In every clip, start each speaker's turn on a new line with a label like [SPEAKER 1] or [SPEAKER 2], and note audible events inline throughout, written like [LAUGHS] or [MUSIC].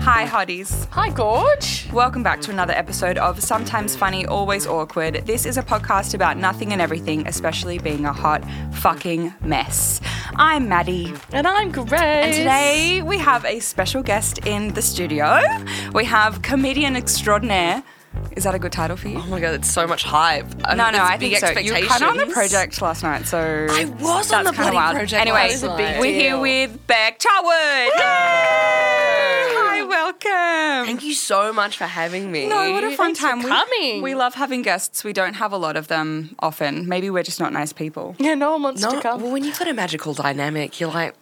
[SPEAKER 1] hotties.
[SPEAKER 2] Hi, Gorge.
[SPEAKER 1] Welcome back to another episode of Sometimes Funny, Always Awkward. This is a podcast about nothing and everything, especially being a hot fucking mess. I'm Maddie.
[SPEAKER 2] And I'm Grace.
[SPEAKER 1] And today we have a special guest in the studio. We have comedian extraordinaire. Is that a good title for you?
[SPEAKER 3] Oh my god, it's so much hype.
[SPEAKER 1] No, no,
[SPEAKER 3] Oh, it's
[SPEAKER 1] I think
[SPEAKER 3] big
[SPEAKER 1] so. You were kind of on the
[SPEAKER 3] expectations.
[SPEAKER 1] project last night, so
[SPEAKER 3] I was
[SPEAKER 1] that's
[SPEAKER 3] on the
[SPEAKER 1] kind of
[SPEAKER 3] bloody
[SPEAKER 1] wild.
[SPEAKER 3] project
[SPEAKER 1] Anyway,
[SPEAKER 3] last night.
[SPEAKER 1] we're here with Beck Charwood. Hi, welcome.
[SPEAKER 3] Thank you so much for having me.
[SPEAKER 1] No, what a fun
[SPEAKER 2] Thanks for
[SPEAKER 1] time. We- We,
[SPEAKER 2] coming.
[SPEAKER 1] love having guests. We don't have a lot of them often. Maybe we're just not nice people.
[SPEAKER 2] Yeah, no one wants
[SPEAKER 3] no,
[SPEAKER 2] to come.
[SPEAKER 3] well, when you've got a magical dynamic, you're like,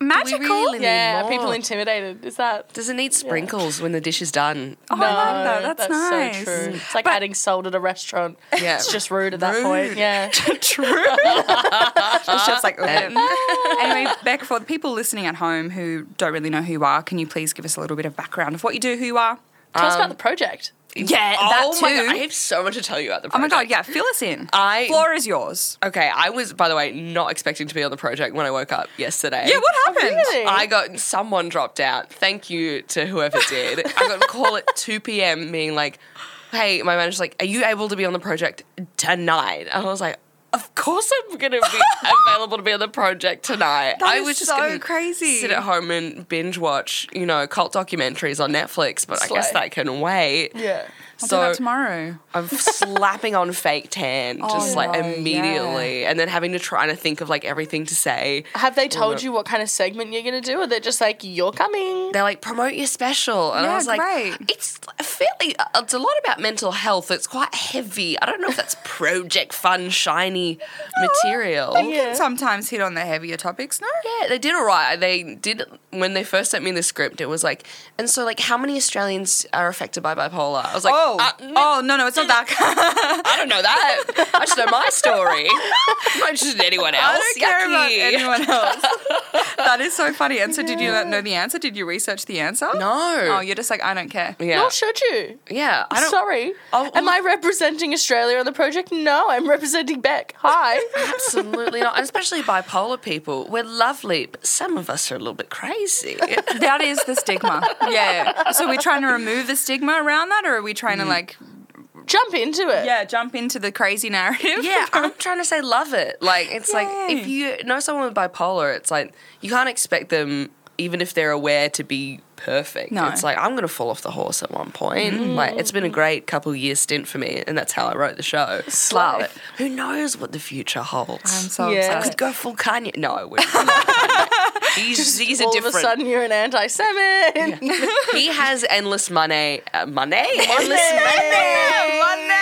[SPEAKER 1] Magical.
[SPEAKER 3] really need-
[SPEAKER 2] yeah,
[SPEAKER 3] more.
[SPEAKER 2] people intimidated. Is that?
[SPEAKER 3] does it need sprinkles when the dish is done?
[SPEAKER 1] Oh, I like that. That's, nice.
[SPEAKER 2] so true. It's like adding salt at a restaurant.
[SPEAKER 3] Yeah.
[SPEAKER 2] It's just rude at that point.
[SPEAKER 3] Rude.
[SPEAKER 2] Yeah.
[SPEAKER 1] [LAUGHS] True. [LAUGHS] it's just like, okay. [LAUGHS] anyway, Beck, for the people listening at home who don't really know who you are, can you please give us a little bit of background of what you do, who you are?
[SPEAKER 2] Tell us about the project.
[SPEAKER 1] Yeah,
[SPEAKER 3] oh my god, I have so much to tell you about the
[SPEAKER 1] Oh
[SPEAKER 3] project.
[SPEAKER 1] my god, yeah, fill us in.
[SPEAKER 3] I-
[SPEAKER 1] Floor is yours.
[SPEAKER 3] Okay, I was, by the way, not expecting to be on the project when I woke up yesterday.
[SPEAKER 1] Yeah, what happened?
[SPEAKER 2] really?
[SPEAKER 3] I got someone dropped out. Thank you to whoever did. I got a call at 2 p.m. being like, hey, my manager's like, are you able to be on the project tonight? And I was like, of course I'm going
[SPEAKER 1] [LAUGHS]
[SPEAKER 3] to be available to be on the project tonight.
[SPEAKER 1] That
[SPEAKER 3] I
[SPEAKER 1] is
[SPEAKER 3] was just
[SPEAKER 1] so
[SPEAKER 3] gonna
[SPEAKER 1] crazy.
[SPEAKER 3] Sit at home and binge watch, you know, cult documentaries on Netflix, but I guess
[SPEAKER 2] Slay.
[SPEAKER 3] that can wait.
[SPEAKER 2] Yeah.
[SPEAKER 1] I'll do
[SPEAKER 3] so
[SPEAKER 1] that tomorrow.
[SPEAKER 3] I'm slapping on fake
[SPEAKER 1] [LAUGHS]
[SPEAKER 3] tan just like
[SPEAKER 1] no,
[SPEAKER 3] immediately and then having to try to think of like everything to say.
[SPEAKER 2] Have they told you what kind of segment you're going to do? Or they're just like, you're coming?
[SPEAKER 3] They're like, promote your special. And
[SPEAKER 1] Yeah,
[SPEAKER 3] I was like,
[SPEAKER 1] great.
[SPEAKER 3] it's fairly, it's a lot about mental health. It's quite heavy. I don't know if that's project fun, shiny material.
[SPEAKER 1] You
[SPEAKER 2] Yeah.
[SPEAKER 1] can sometimes hit on the heavier topics, no?
[SPEAKER 3] Yeah, they did all right. They did when they first sent me the script. It was like, and so like, how many Australians are affected by bipolar? I was like,
[SPEAKER 1] Oh,
[SPEAKER 3] uh,
[SPEAKER 1] oh no, no, it's not that.
[SPEAKER 3] I don't know that. I just know my story. [LAUGHS] I'm not interested in anyone else.
[SPEAKER 1] I don't care about
[SPEAKER 3] Yucky.
[SPEAKER 1] anyone else. that is so funny. And so, did you not know the answer? Did you research the answer?
[SPEAKER 3] No.
[SPEAKER 1] Oh, you're just like I don't care.
[SPEAKER 3] Yeah.
[SPEAKER 2] Nor should you.
[SPEAKER 3] Yeah. I don't.
[SPEAKER 2] Sorry.
[SPEAKER 3] Oh,
[SPEAKER 2] Am
[SPEAKER 3] well-
[SPEAKER 2] I representing Australia on the project? No, I'm representing Beck. [LAUGHS] Hi.
[SPEAKER 3] Absolutely not. And especially bipolar people. We're lovely, but some of us are a little bit crazy.
[SPEAKER 1] That is the stigma. [LAUGHS] Yeah. So we're trying to remove the stigma around that, or are we trying to like,
[SPEAKER 2] Jump into it.
[SPEAKER 1] yeah, jump into the crazy narrative?
[SPEAKER 3] yeah, I'm trying to say love it. Like, it's like if you know someone with bipolar, it's like you can't expect them, even if they're aware, to be perfect.
[SPEAKER 1] No.
[SPEAKER 3] It's like I'm going to fall off the horse at one point. Like, it's been a great couple year stint for me, and that's how I wrote the show.
[SPEAKER 2] Slay.
[SPEAKER 3] Love. Who knows what the future holds?
[SPEAKER 1] I'm so
[SPEAKER 2] Yeah.
[SPEAKER 3] I [LAUGHS]
[SPEAKER 1] obsessed.
[SPEAKER 3] could go full Kanye. No, I wouldn't. he's, he's a
[SPEAKER 2] All of a
[SPEAKER 3] different.
[SPEAKER 2] sudden, you're an anti-Semite.
[SPEAKER 3] he has endless money. Uh, money? Endless
[SPEAKER 2] Money.
[SPEAKER 3] money.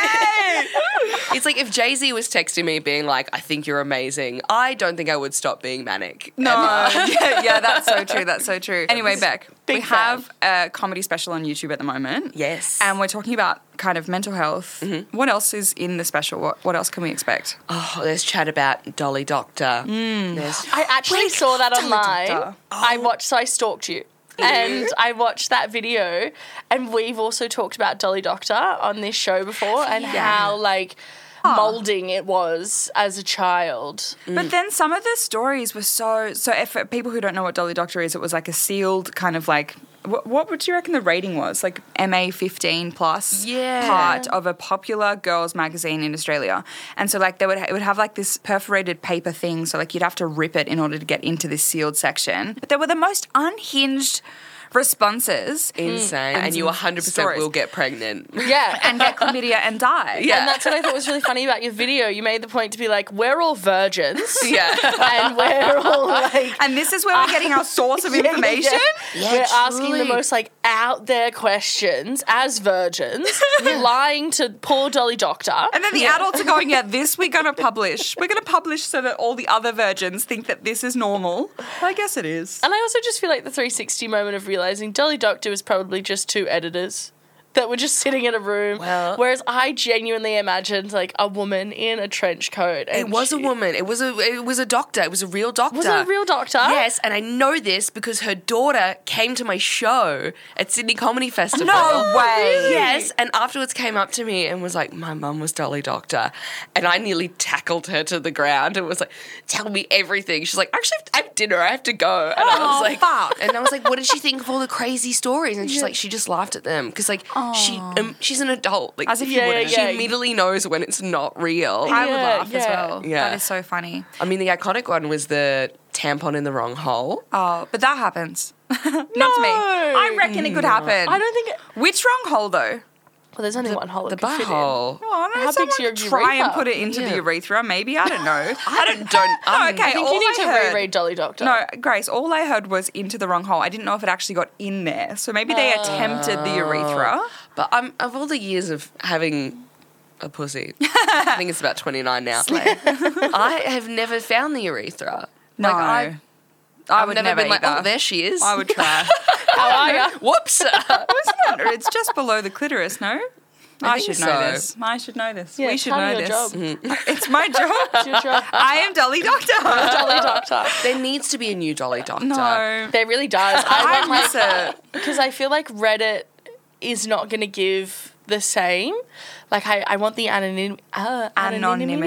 [SPEAKER 3] it's like if Jay Z was texting me being like, I think you're amazing, I don't think I would stop being manic.
[SPEAKER 1] No, [LAUGHS] yeah, yeah, that's so true. That's so true. Anyway, Beck, we
[SPEAKER 2] Big fan.
[SPEAKER 1] have a comedy special on YouTube at the moment.
[SPEAKER 3] Yes.
[SPEAKER 1] And we're talking about kind of mental health. What else is in the special? What, what else can we expect?
[SPEAKER 3] Oh, there's chat about Dolly Doctor. There's,
[SPEAKER 2] I actually saw that online.
[SPEAKER 1] doctor.
[SPEAKER 2] I watched, so I stalked you. And I watched that video, and we've also talked about Dolly Doctor on this show before, and how like molding it was as a child.
[SPEAKER 3] Mm.
[SPEAKER 1] But then some of the stories were so so. If for people who don't know what Dolly Doctor is, it was like a sealed kind of like. What, what would you reckon the rating was? Like MA 15 plus
[SPEAKER 3] Yeah.
[SPEAKER 1] part of a popular girls magazine in Australia. And so, like, they would, ha- it would have like this perforated paper thing. So, like, you'd have to rip it in order to get into this sealed section. But they were the most unhinged responses
[SPEAKER 3] insane. And,
[SPEAKER 1] And
[SPEAKER 3] you
[SPEAKER 1] some
[SPEAKER 3] 100%
[SPEAKER 1] stories.
[SPEAKER 3] will get pregnant.
[SPEAKER 2] Yeah,
[SPEAKER 1] and
[SPEAKER 3] [LAUGHS]
[SPEAKER 1] get chlamydia and die.
[SPEAKER 3] Yeah.
[SPEAKER 2] and that's what I thought was really funny about your video. You made the point to be like, we're all virgins,
[SPEAKER 3] yeah.
[SPEAKER 2] and we're all like
[SPEAKER 1] And this is where we're getting our source of information.
[SPEAKER 3] [LAUGHS] Yeah,
[SPEAKER 2] We're asking the
[SPEAKER 3] truly.
[SPEAKER 2] most like out there questions as
[SPEAKER 3] [LAUGHS]
[SPEAKER 2] virgins, lying to poor Dolly Doctor.
[SPEAKER 1] And then the adults are going, yeah, this we're going to publish. We're going to publish so that all the other virgins think that this is normal. I guess it is.
[SPEAKER 2] And I also just feel like the 360 moment of realizing Dolly Doctor was probably just two editors that were just sitting in a room.
[SPEAKER 3] Well-
[SPEAKER 2] Whereas I genuinely imagined like a woman in a trench coat.
[SPEAKER 3] It was a woman. It was a it was a doctor. It was a real doctor.
[SPEAKER 2] Was it a real doctor?
[SPEAKER 3] Yes, and I know this because her daughter came to my show at Sydney Comedy Festival. Oh,
[SPEAKER 1] No way.
[SPEAKER 3] Yes, and afterwards came up to me and was like, "My mum was Dolly Doctor," and I nearly tackled her to the ground and was like, "Tell me everything." She's like, "Actually, I've dinner. I have to go." And I was like,
[SPEAKER 1] Oh, fuck.
[SPEAKER 3] And I was like, "What did she think of all the crazy stories?" And she's like, "She just laughed at them because like she um, she's an adult. Like
[SPEAKER 1] Oh. As if you
[SPEAKER 2] Yeah, yeah,
[SPEAKER 1] wouldn't.
[SPEAKER 3] she
[SPEAKER 2] yeah.
[SPEAKER 3] immediately knows when it's not real."
[SPEAKER 1] I would
[SPEAKER 2] Yeah,
[SPEAKER 1] laugh as
[SPEAKER 2] yeah.
[SPEAKER 1] well.
[SPEAKER 3] Yeah.
[SPEAKER 1] That is so funny.
[SPEAKER 3] I mean, the iconic one was the tampon in the wrong hole.
[SPEAKER 1] Oh, but that happens. [LAUGHS] Not to me. I reckon it could happen.
[SPEAKER 2] I don't think. It,
[SPEAKER 1] Which wrong hole though?
[SPEAKER 2] well, there's only one hole.
[SPEAKER 3] The
[SPEAKER 2] it could fit in.
[SPEAKER 3] butthole.
[SPEAKER 1] Oh, I don't know.
[SPEAKER 2] How
[SPEAKER 1] someone
[SPEAKER 2] big's your
[SPEAKER 1] could try and
[SPEAKER 2] urethra?
[SPEAKER 1] put it into the
[SPEAKER 3] Yeah.
[SPEAKER 1] urethra, maybe. I don't know.
[SPEAKER 3] I don't. don't
[SPEAKER 1] No,
[SPEAKER 3] um,
[SPEAKER 1] [LAUGHS] okay.
[SPEAKER 2] I think
[SPEAKER 1] all
[SPEAKER 2] you need
[SPEAKER 1] I
[SPEAKER 2] to
[SPEAKER 1] heard,
[SPEAKER 2] reread Dolly Doctor.
[SPEAKER 1] No, Grace, all I heard was into the wrong hole. I didn't know if it actually got in there. So maybe they attempted the urethra.
[SPEAKER 3] But I'm of all the years of having a pussy, I think it's about 29 now.
[SPEAKER 1] Like,
[SPEAKER 3] I have never found the urethra.
[SPEAKER 1] no.
[SPEAKER 3] like, I,
[SPEAKER 1] I,
[SPEAKER 3] I've
[SPEAKER 1] would
[SPEAKER 3] never,
[SPEAKER 1] never
[SPEAKER 3] been like,
[SPEAKER 1] either.
[SPEAKER 3] oh, there she is.
[SPEAKER 1] I would [LAUGHS] try.
[SPEAKER 2] How [LAUGHS] are ya?
[SPEAKER 3] [LAUGHS] Whoops. [LAUGHS]
[SPEAKER 1] Isn't it? It's just below the clitoris, no? I,
[SPEAKER 3] think
[SPEAKER 1] should know
[SPEAKER 3] so.
[SPEAKER 1] this. I should know this.
[SPEAKER 2] Yeah,
[SPEAKER 1] we
[SPEAKER 2] it's
[SPEAKER 1] should
[SPEAKER 2] kind
[SPEAKER 1] know
[SPEAKER 2] of
[SPEAKER 1] this.
[SPEAKER 2] your job.
[SPEAKER 1] [LAUGHS] It's my job.
[SPEAKER 2] It's your job.
[SPEAKER 1] I am Dolly Doctor.
[SPEAKER 2] [LAUGHS] Dolly Doctor.
[SPEAKER 3] there needs to be a new Dolly Doctor.
[SPEAKER 1] no.
[SPEAKER 2] There really does.
[SPEAKER 1] [LAUGHS]
[SPEAKER 2] I
[SPEAKER 1] I
[SPEAKER 2] went like
[SPEAKER 1] miss it.
[SPEAKER 2] because I feel like Reddit is not going to give the same. Like I, I want the anonym, uh, anonymity.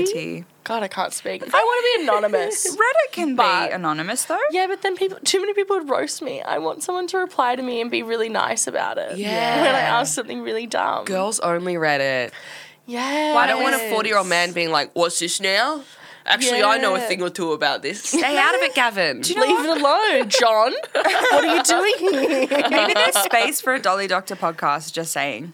[SPEAKER 1] Anonymity.
[SPEAKER 2] God, I can't speak. I want to be anonymous.
[SPEAKER 1] Reddit can
[SPEAKER 2] But-
[SPEAKER 1] be anonymous though.
[SPEAKER 2] Yeah, but then people, too many people would roast me. I want someone to reply to me and be really nice about it.
[SPEAKER 3] Yeah.
[SPEAKER 2] When I ask something really dumb.
[SPEAKER 3] Girls only Reddit.
[SPEAKER 2] Yeah.
[SPEAKER 1] Why
[SPEAKER 3] I don't want a 40 year old man being like, what's this now? Actually, I know a
[SPEAKER 2] Yeah.
[SPEAKER 3] thing or two about this. Stay out of it, Gavin.
[SPEAKER 1] Do you know
[SPEAKER 2] Leave it alone, John. what are you doing? here?
[SPEAKER 1] Maybe there's space for a Dolly Doctor podcast, just saying.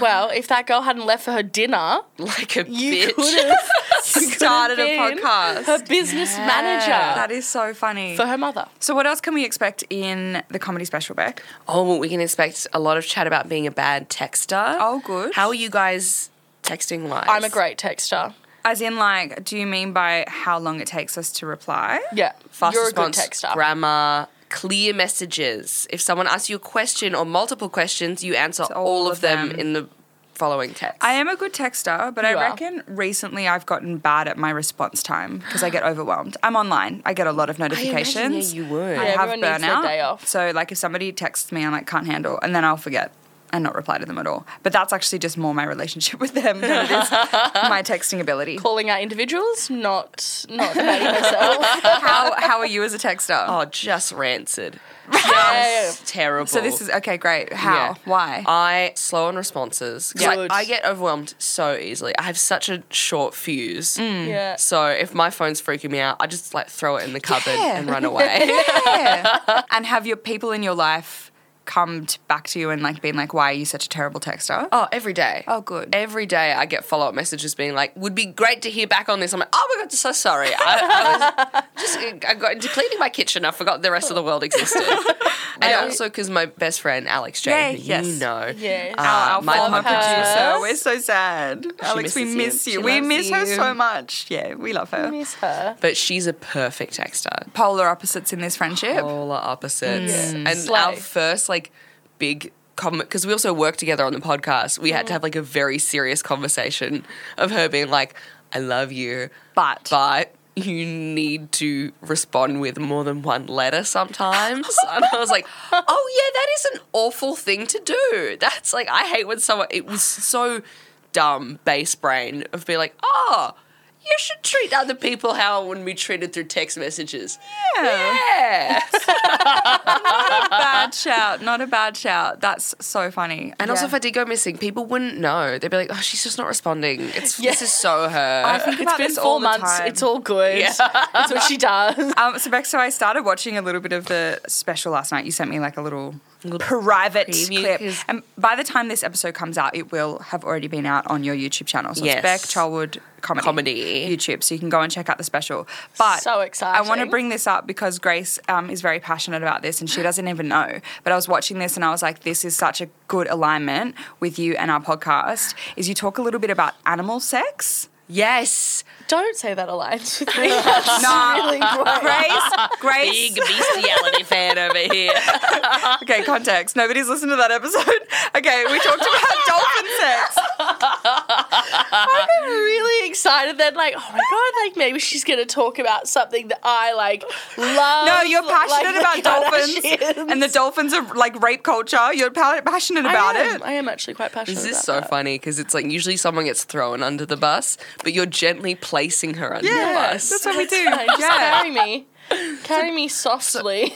[SPEAKER 2] Well, if that girl hadn't left for her dinner,
[SPEAKER 3] [LAUGHS] like a
[SPEAKER 2] you [LAUGHS]
[SPEAKER 3] bitch.
[SPEAKER 2] could have
[SPEAKER 1] Started a
[SPEAKER 2] been
[SPEAKER 1] podcast.
[SPEAKER 2] her business
[SPEAKER 3] Yeah.
[SPEAKER 2] manager
[SPEAKER 1] That is so funny.
[SPEAKER 2] for her mother.
[SPEAKER 1] So what else can we expect in the comedy special, Beck?
[SPEAKER 3] Oh, we can expect a lot of chat about being a bad texter.
[SPEAKER 1] Oh, good.
[SPEAKER 3] How are you guys texting wise?
[SPEAKER 2] I'm a great texter.
[SPEAKER 1] As in, like, do you mean by how long it takes us to reply?
[SPEAKER 2] Yeah,
[SPEAKER 3] fast
[SPEAKER 2] you're
[SPEAKER 3] response
[SPEAKER 2] a good texter.
[SPEAKER 3] grammar, clear messages. If someone asks you a question or multiple questions, you answer
[SPEAKER 1] all
[SPEAKER 3] all,
[SPEAKER 1] of
[SPEAKER 3] of them,
[SPEAKER 1] them.
[SPEAKER 3] in the following text.
[SPEAKER 1] I am a good texter, but I
[SPEAKER 2] You are.
[SPEAKER 1] reckon recently I've gotten bad at my response time because I get overwhelmed. I'm online. I get a lot of
[SPEAKER 3] imagine,
[SPEAKER 1] notifications.
[SPEAKER 3] yeah, you would.
[SPEAKER 1] I
[SPEAKER 2] Yeah,
[SPEAKER 1] have
[SPEAKER 2] everyone needs their
[SPEAKER 1] burnout.
[SPEAKER 2] day off.
[SPEAKER 1] So like if somebody texts me, I'm like can't handle, and then I'll forget and not reply to them at all. But that's actually just more my relationship [LAUGHS] with them than it is my texting ability.
[SPEAKER 2] Calling out individuals, not not debating myself.
[SPEAKER 1] How how are you as a texter?
[SPEAKER 3] oh, just rancid.
[SPEAKER 2] Yeah.
[SPEAKER 3] Just terrible.
[SPEAKER 1] so this is okay, great.
[SPEAKER 3] Yeah. Oh.
[SPEAKER 1] How? Why?
[SPEAKER 3] I slow on responses. 'Cause, like,
[SPEAKER 2] Good.
[SPEAKER 3] I get overwhelmed so easily. I have such a short fuse.
[SPEAKER 2] yeah.
[SPEAKER 3] So if my phone's freaking me out, I just like throw it in the cupboard
[SPEAKER 1] Yeah.
[SPEAKER 3] and run away.
[SPEAKER 1] Yeah. and have your people in your life come t back to you and like been like, why are you such a terrible texter?
[SPEAKER 3] oh, every day.
[SPEAKER 1] Oh, good.
[SPEAKER 3] Every day I get follow up messages being like, "Would be great to hear back on this." I'm like, "Oh my god, so sorry. I, I
[SPEAKER 1] [LAUGHS]
[SPEAKER 3] was just I got into cleaning my kitchen. I forgot the rest of the world
[SPEAKER 1] [LAUGHS]
[SPEAKER 3] existed." and also because my best friend Alex
[SPEAKER 1] Yeah,
[SPEAKER 3] Jane, who
[SPEAKER 1] yes.
[SPEAKER 3] you know,
[SPEAKER 2] Yes.
[SPEAKER 1] our,
[SPEAKER 3] uh,
[SPEAKER 1] our
[SPEAKER 3] my
[SPEAKER 1] former
[SPEAKER 3] podcast-
[SPEAKER 1] producer. We're so sad. Alex, we
[SPEAKER 3] misses
[SPEAKER 1] miss
[SPEAKER 3] you.
[SPEAKER 1] you.
[SPEAKER 3] She
[SPEAKER 1] We
[SPEAKER 3] loves
[SPEAKER 1] miss her
[SPEAKER 3] you.
[SPEAKER 1] so much. Yeah, we love her.
[SPEAKER 2] miss her.
[SPEAKER 3] but she's a perfect texter.
[SPEAKER 1] Polar opposites in this friendship.
[SPEAKER 3] All are opposites,
[SPEAKER 2] Mm. Yeah.
[SPEAKER 3] and
[SPEAKER 2] Slay.
[SPEAKER 3] our first like big. Because we also worked together on the podcast, we
[SPEAKER 1] Mm.
[SPEAKER 3] had to have like a very serious conversation of her being like, "I love you,
[SPEAKER 1] But,
[SPEAKER 3] but you need to respond with more than one letter
[SPEAKER 1] [LAUGHS]
[SPEAKER 3] sometimes. and I was like, oh, yeah, that is an awful thing to do. That's like, I hate when someone, it was so dumb, base brain, of being like, oh, you should treat other people how I wouldn't be treated through text messages.
[SPEAKER 1] yeah,
[SPEAKER 3] Yeah.
[SPEAKER 1] bad shout. Not a bad shout. That's so funny.
[SPEAKER 3] And also,
[SPEAKER 1] Yeah.
[SPEAKER 3] if I did go missing, people wouldn't know. They'd be like, oh, she's just not responding. It's, This
[SPEAKER 2] [LAUGHS]
[SPEAKER 3] is so her.
[SPEAKER 1] I think
[SPEAKER 2] It's
[SPEAKER 1] about
[SPEAKER 2] been
[SPEAKER 1] this
[SPEAKER 2] four
[SPEAKER 1] all the
[SPEAKER 2] months.
[SPEAKER 1] time.
[SPEAKER 2] It's all good. It's what she does.
[SPEAKER 1] Um, so back, so I started watching a little bit of the special last night. You sent me like a little, private
[SPEAKER 3] preview,
[SPEAKER 1] clip,
[SPEAKER 3] 'cause-
[SPEAKER 1] and by the time this episode comes out, it will have already been out on your YouTube channel. So it's
[SPEAKER 3] Yes.
[SPEAKER 1] Beck Charwood comedy,
[SPEAKER 3] Comedy.
[SPEAKER 1] YouTube, so you can go and check out the special. But
[SPEAKER 2] So
[SPEAKER 1] I want to
[SPEAKER 2] exciting.
[SPEAKER 1] bring this up because Grace um, is very passionate about this, and she doesn't even know. But I was watching this, and I was like, this is such a good alignment with you and our podcast. Is you talk a little bit about animal sex.
[SPEAKER 3] yes.
[SPEAKER 2] Don't say that
[SPEAKER 3] [LAUGHS]
[SPEAKER 2] [LAUGHS] aligns with me. That's
[SPEAKER 1] Nah.
[SPEAKER 2] really great.
[SPEAKER 1] Grace, Grace,
[SPEAKER 3] Big [LAUGHS] bestiality fan over here.
[SPEAKER 1] [LAUGHS] Okay, context. Nobody's listened to that episode. [LAUGHS] Okay, we talked
[SPEAKER 3] [LAUGHS]
[SPEAKER 1] about dolphin sex.
[SPEAKER 2] I'm really excited. Then, like, oh my god, like maybe she's gonna talk about something that I like love.
[SPEAKER 1] No, you're passionate
[SPEAKER 2] like the
[SPEAKER 1] about dolphins,
[SPEAKER 2] Kardashians.
[SPEAKER 1] and the dolphins are like rape culture. You're pa- passionate about
[SPEAKER 2] I am,
[SPEAKER 1] it.
[SPEAKER 2] I am actually quite passionate.
[SPEAKER 3] This is
[SPEAKER 2] about
[SPEAKER 3] so
[SPEAKER 2] that.
[SPEAKER 3] funny because it's like usually someone gets thrown under the bus, but you're gently placing her under the
[SPEAKER 1] Yeah,
[SPEAKER 3] bus.
[SPEAKER 1] that's what we do.
[SPEAKER 2] Fine, Just
[SPEAKER 3] [LAUGHS]
[SPEAKER 1] Yeah.
[SPEAKER 2] marry me. Carry me softly.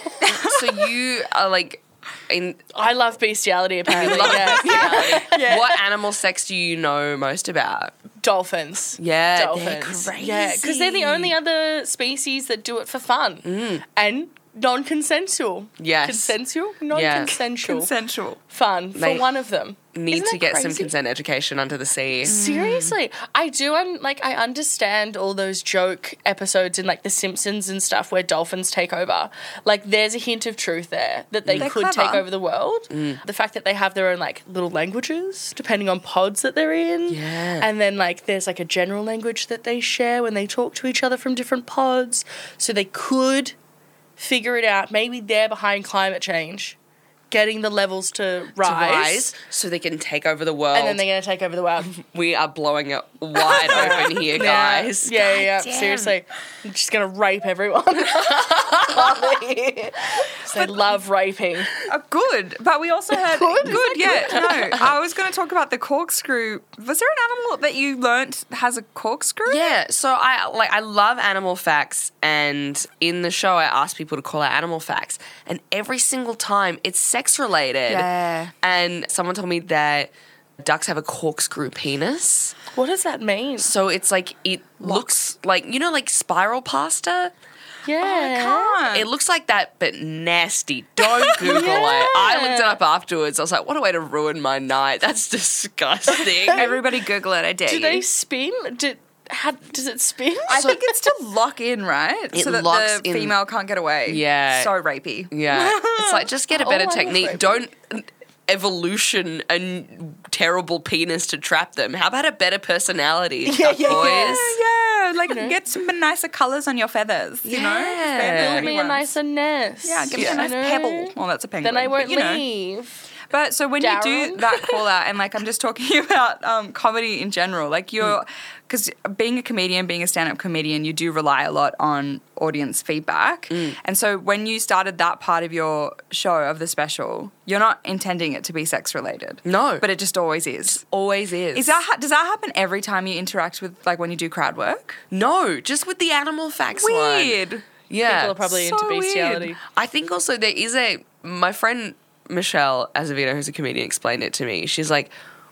[SPEAKER 3] so you are like in
[SPEAKER 2] I love bestiality, apparently.
[SPEAKER 3] love
[SPEAKER 2] yeah.
[SPEAKER 3] what animal sex do you know most about?
[SPEAKER 2] Dolphins.
[SPEAKER 3] Yeah, they're
[SPEAKER 2] Dolphins. Yeah, because they're the
[SPEAKER 1] crazy.
[SPEAKER 2] only other species that do it for fun and non consensual.
[SPEAKER 3] Mm. Yes.
[SPEAKER 2] Consensual? Non consensual.
[SPEAKER 1] Consensual.
[SPEAKER 2] fun for
[SPEAKER 3] Mate,
[SPEAKER 2] one of them.
[SPEAKER 3] Need
[SPEAKER 2] Isn't
[SPEAKER 3] to
[SPEAKER 2] that
[SPEAKER 3] get some
[SPEAKER 2] crazy?
[SPEAKER 3] consent education under the sea.
[SPEAKER 2] Seriously, I do. I'm like, I understand all those joke episodes in like The Simpsons and stuff where dolphins take over. Like, there's a hint of truth there that they
[SPEAKER 1] They're
[SPEAKER 2] could take
[SPEAKER 1] clever.
[SPEAKER 2] over the world. The fact that they have their own like little languages depending on pods that they're in.
[SPEAKER 3] Yeah.
[SPEAKER 2] And then like, there's like a general language that they share when they talk to each other from different pods. So they could figure it out. Maybe they're behind climate change, getting the levels to
[SPEAKER 3] To
[SPEAKER 2] rise.
[SPEAKER 3] rise so they can take over the world.
[SPEAKER 2] And then they're going to take over the world.
[SPEAKER 3] we are blowing it wide open
[SPEAKER 2] [LAUGHS]
[SPEAKER 3] here,
[SPEAKER 2] Yeah.
[SPEAKER 3] guys.
[SPEAKER 2] Yeah, yeah, yeah.
[SPEAKER 1] God damn.
[SPEAKER 2] Seriously. I'm just going to rape everyone. [LAUGHS] 'Cause they love raping.
[SPEAKER 1] Uh, good, but we also heard good. yeah, no, I was going to talk about the corkscrew. Was there an animal that you learnt has a corkscrew?
[SPEAKER 3] Yeah, so I like I love animal facts, and in the show I asked people to call out animal facts, and every single time it's sex related.
[SPEAKER 1] Yeah.
[SPEAKER 3] And someone told me that ducks have a corkscrew penis,
[SPEAKER 2] What does that mean?
[SPEAKER 3] so it's like it looks like you know like spiral pasta.
[SPEAKER 2] Yeah.
[SPEAKER 1] Can't.
[SPEAKER 3] It looks like that, but nasty. Don't Google it. I looked it up afterwards. I was like, what a way to ruin my night. That's [LAUGHS] disgusting.
[SPEAKER 1] Everybody Google it. I dare
[SPEAKER 2] Do
[SPEAKER 1] you.
[SPEAKER 2] they spin? Do, how, does it spin?
[SPEAKER 1] I think it's to lock in, right?
[SPEAKER 3] It
[SPEAKER 1] so that
[SPEAKER 3] locks
[SPEAKER 1] the
[SPEAKER 3] in-
[SPEAKER 1] female can't get away.
[SPEAKER 3] Yeah.
[SPEAKER 1] So rapey.
[SPEAKER 3] Yeah. it's like just get
[SPEAKER 2] [LAUGHS]
[SPEAKER 3] a
[SPEAKER 2] Oh,
[SPEAKER 3] better
[SPEAKER 2] I love
[SPEAKER 3] technique.
[SPEAKER 2] rape.
[SPEAKER 3] Don't evolution a n- terrible penis to trap them. How about a better personality,
[SPEAKER 2] [LAUGHS] Yeah,
[SPEAKER 3] duck
[SPEAKER 2] yeah,
[SPEAKER 3] boys?
[SPEAKER 2] yeah.
[SPEAKER 1] Yeah, yeah. Like get some nicer colours on your feathers. You know?
[SPEAKER 3] Yeah.
[SPEAKER 1] They're the
[SPEAKER 3] Build
[SPEAKER 2] Give
[SPEAKER 1] pretty
[SPEAKER 2] me a
[SPEAKER 1] ones.
[SPEAKER 2] nicer nest.
[SPEAKER 1] Yeah, give me
[SPEAKER 2] you
[SPEAKER 1] a nice
[SPEAKER 2] know?
[SPEAKER 1] pebble. Well, that's a penguin.
[SPEAKER 2] Then I
[SPEAKER 1] but
[SPEAKER 2] won't
[SPEAKER 1] you know. [LAUGHS]
[SPEAKER 2] leave.
[SPEAKER 1] But so when you do
[SPEAKER 2] Darren. [LAUGHS]
[SPEAKER 1] that call out, and like I'm just talking [LAUGHS] about um, comedy in general, like you're,
[SPEAKER 2] Hmm.
[SPEAKER 1] because being a comedian, being a stand up comedian, you do rely a lot on audience feedback.
[SPEAKER 2] Hmm.
[SPEAKER 1] And so when you started that part of your show, of the special, you're not intending it to be sex related.
[SPEAKER 3] No.
[SPEAKER 1] But it just always is.
[SPEAKER 3] Always is.
[SPEAKER 1] Is that ha- does that happen every time you interact with like when you do crowd work?
[SPEAKER 3] no? Just with the animal facts one.
[SPEAKER 1] Weird.
[SPEAKER 3] Yeah.
[SPEAKER 2] People are probably
[SPEAKER 1] so
[SPEAKER 2] into
[SPEAKER 1] weird.
[SPEAKER 2] bestiality.
[SPEAKER 3] I think also there is a my friend Michelle Azevedo, who's a comedian, explained it to me. She's like,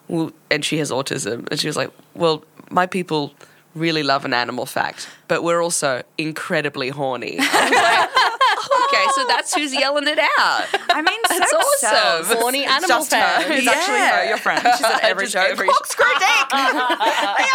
[SPEAKER 3] well, and she has autism, and she was like, well, my people really love an animal fact, but we're also incredibly horny. I was
[SPEAKER 1] [LAUGHS]
[SPEAKER 3] like, okay, so that's who's yelling it out.
[SPEAKER 1] I mean, sex
[SPEAKER 3] awesome.
[SPEAKER 1] sells.
[SPEAKER 2] Horny
[SPEAKER 1] It's
[SPEAKER 2] animal
[SPEAKER 1] just her.
[SPEAKER 2] fans.
[SPEAKER 1] [LAUGHS] It's actually her, your friend. She's at every
[SPEAKER 3] Just
[SPEAKER 1] show.
[SPEAKER 3] every-
[SPEAKER 1] corkscrew
[SPEAKER 2] [LAUGHS]
[SPEAKER 1] dick. they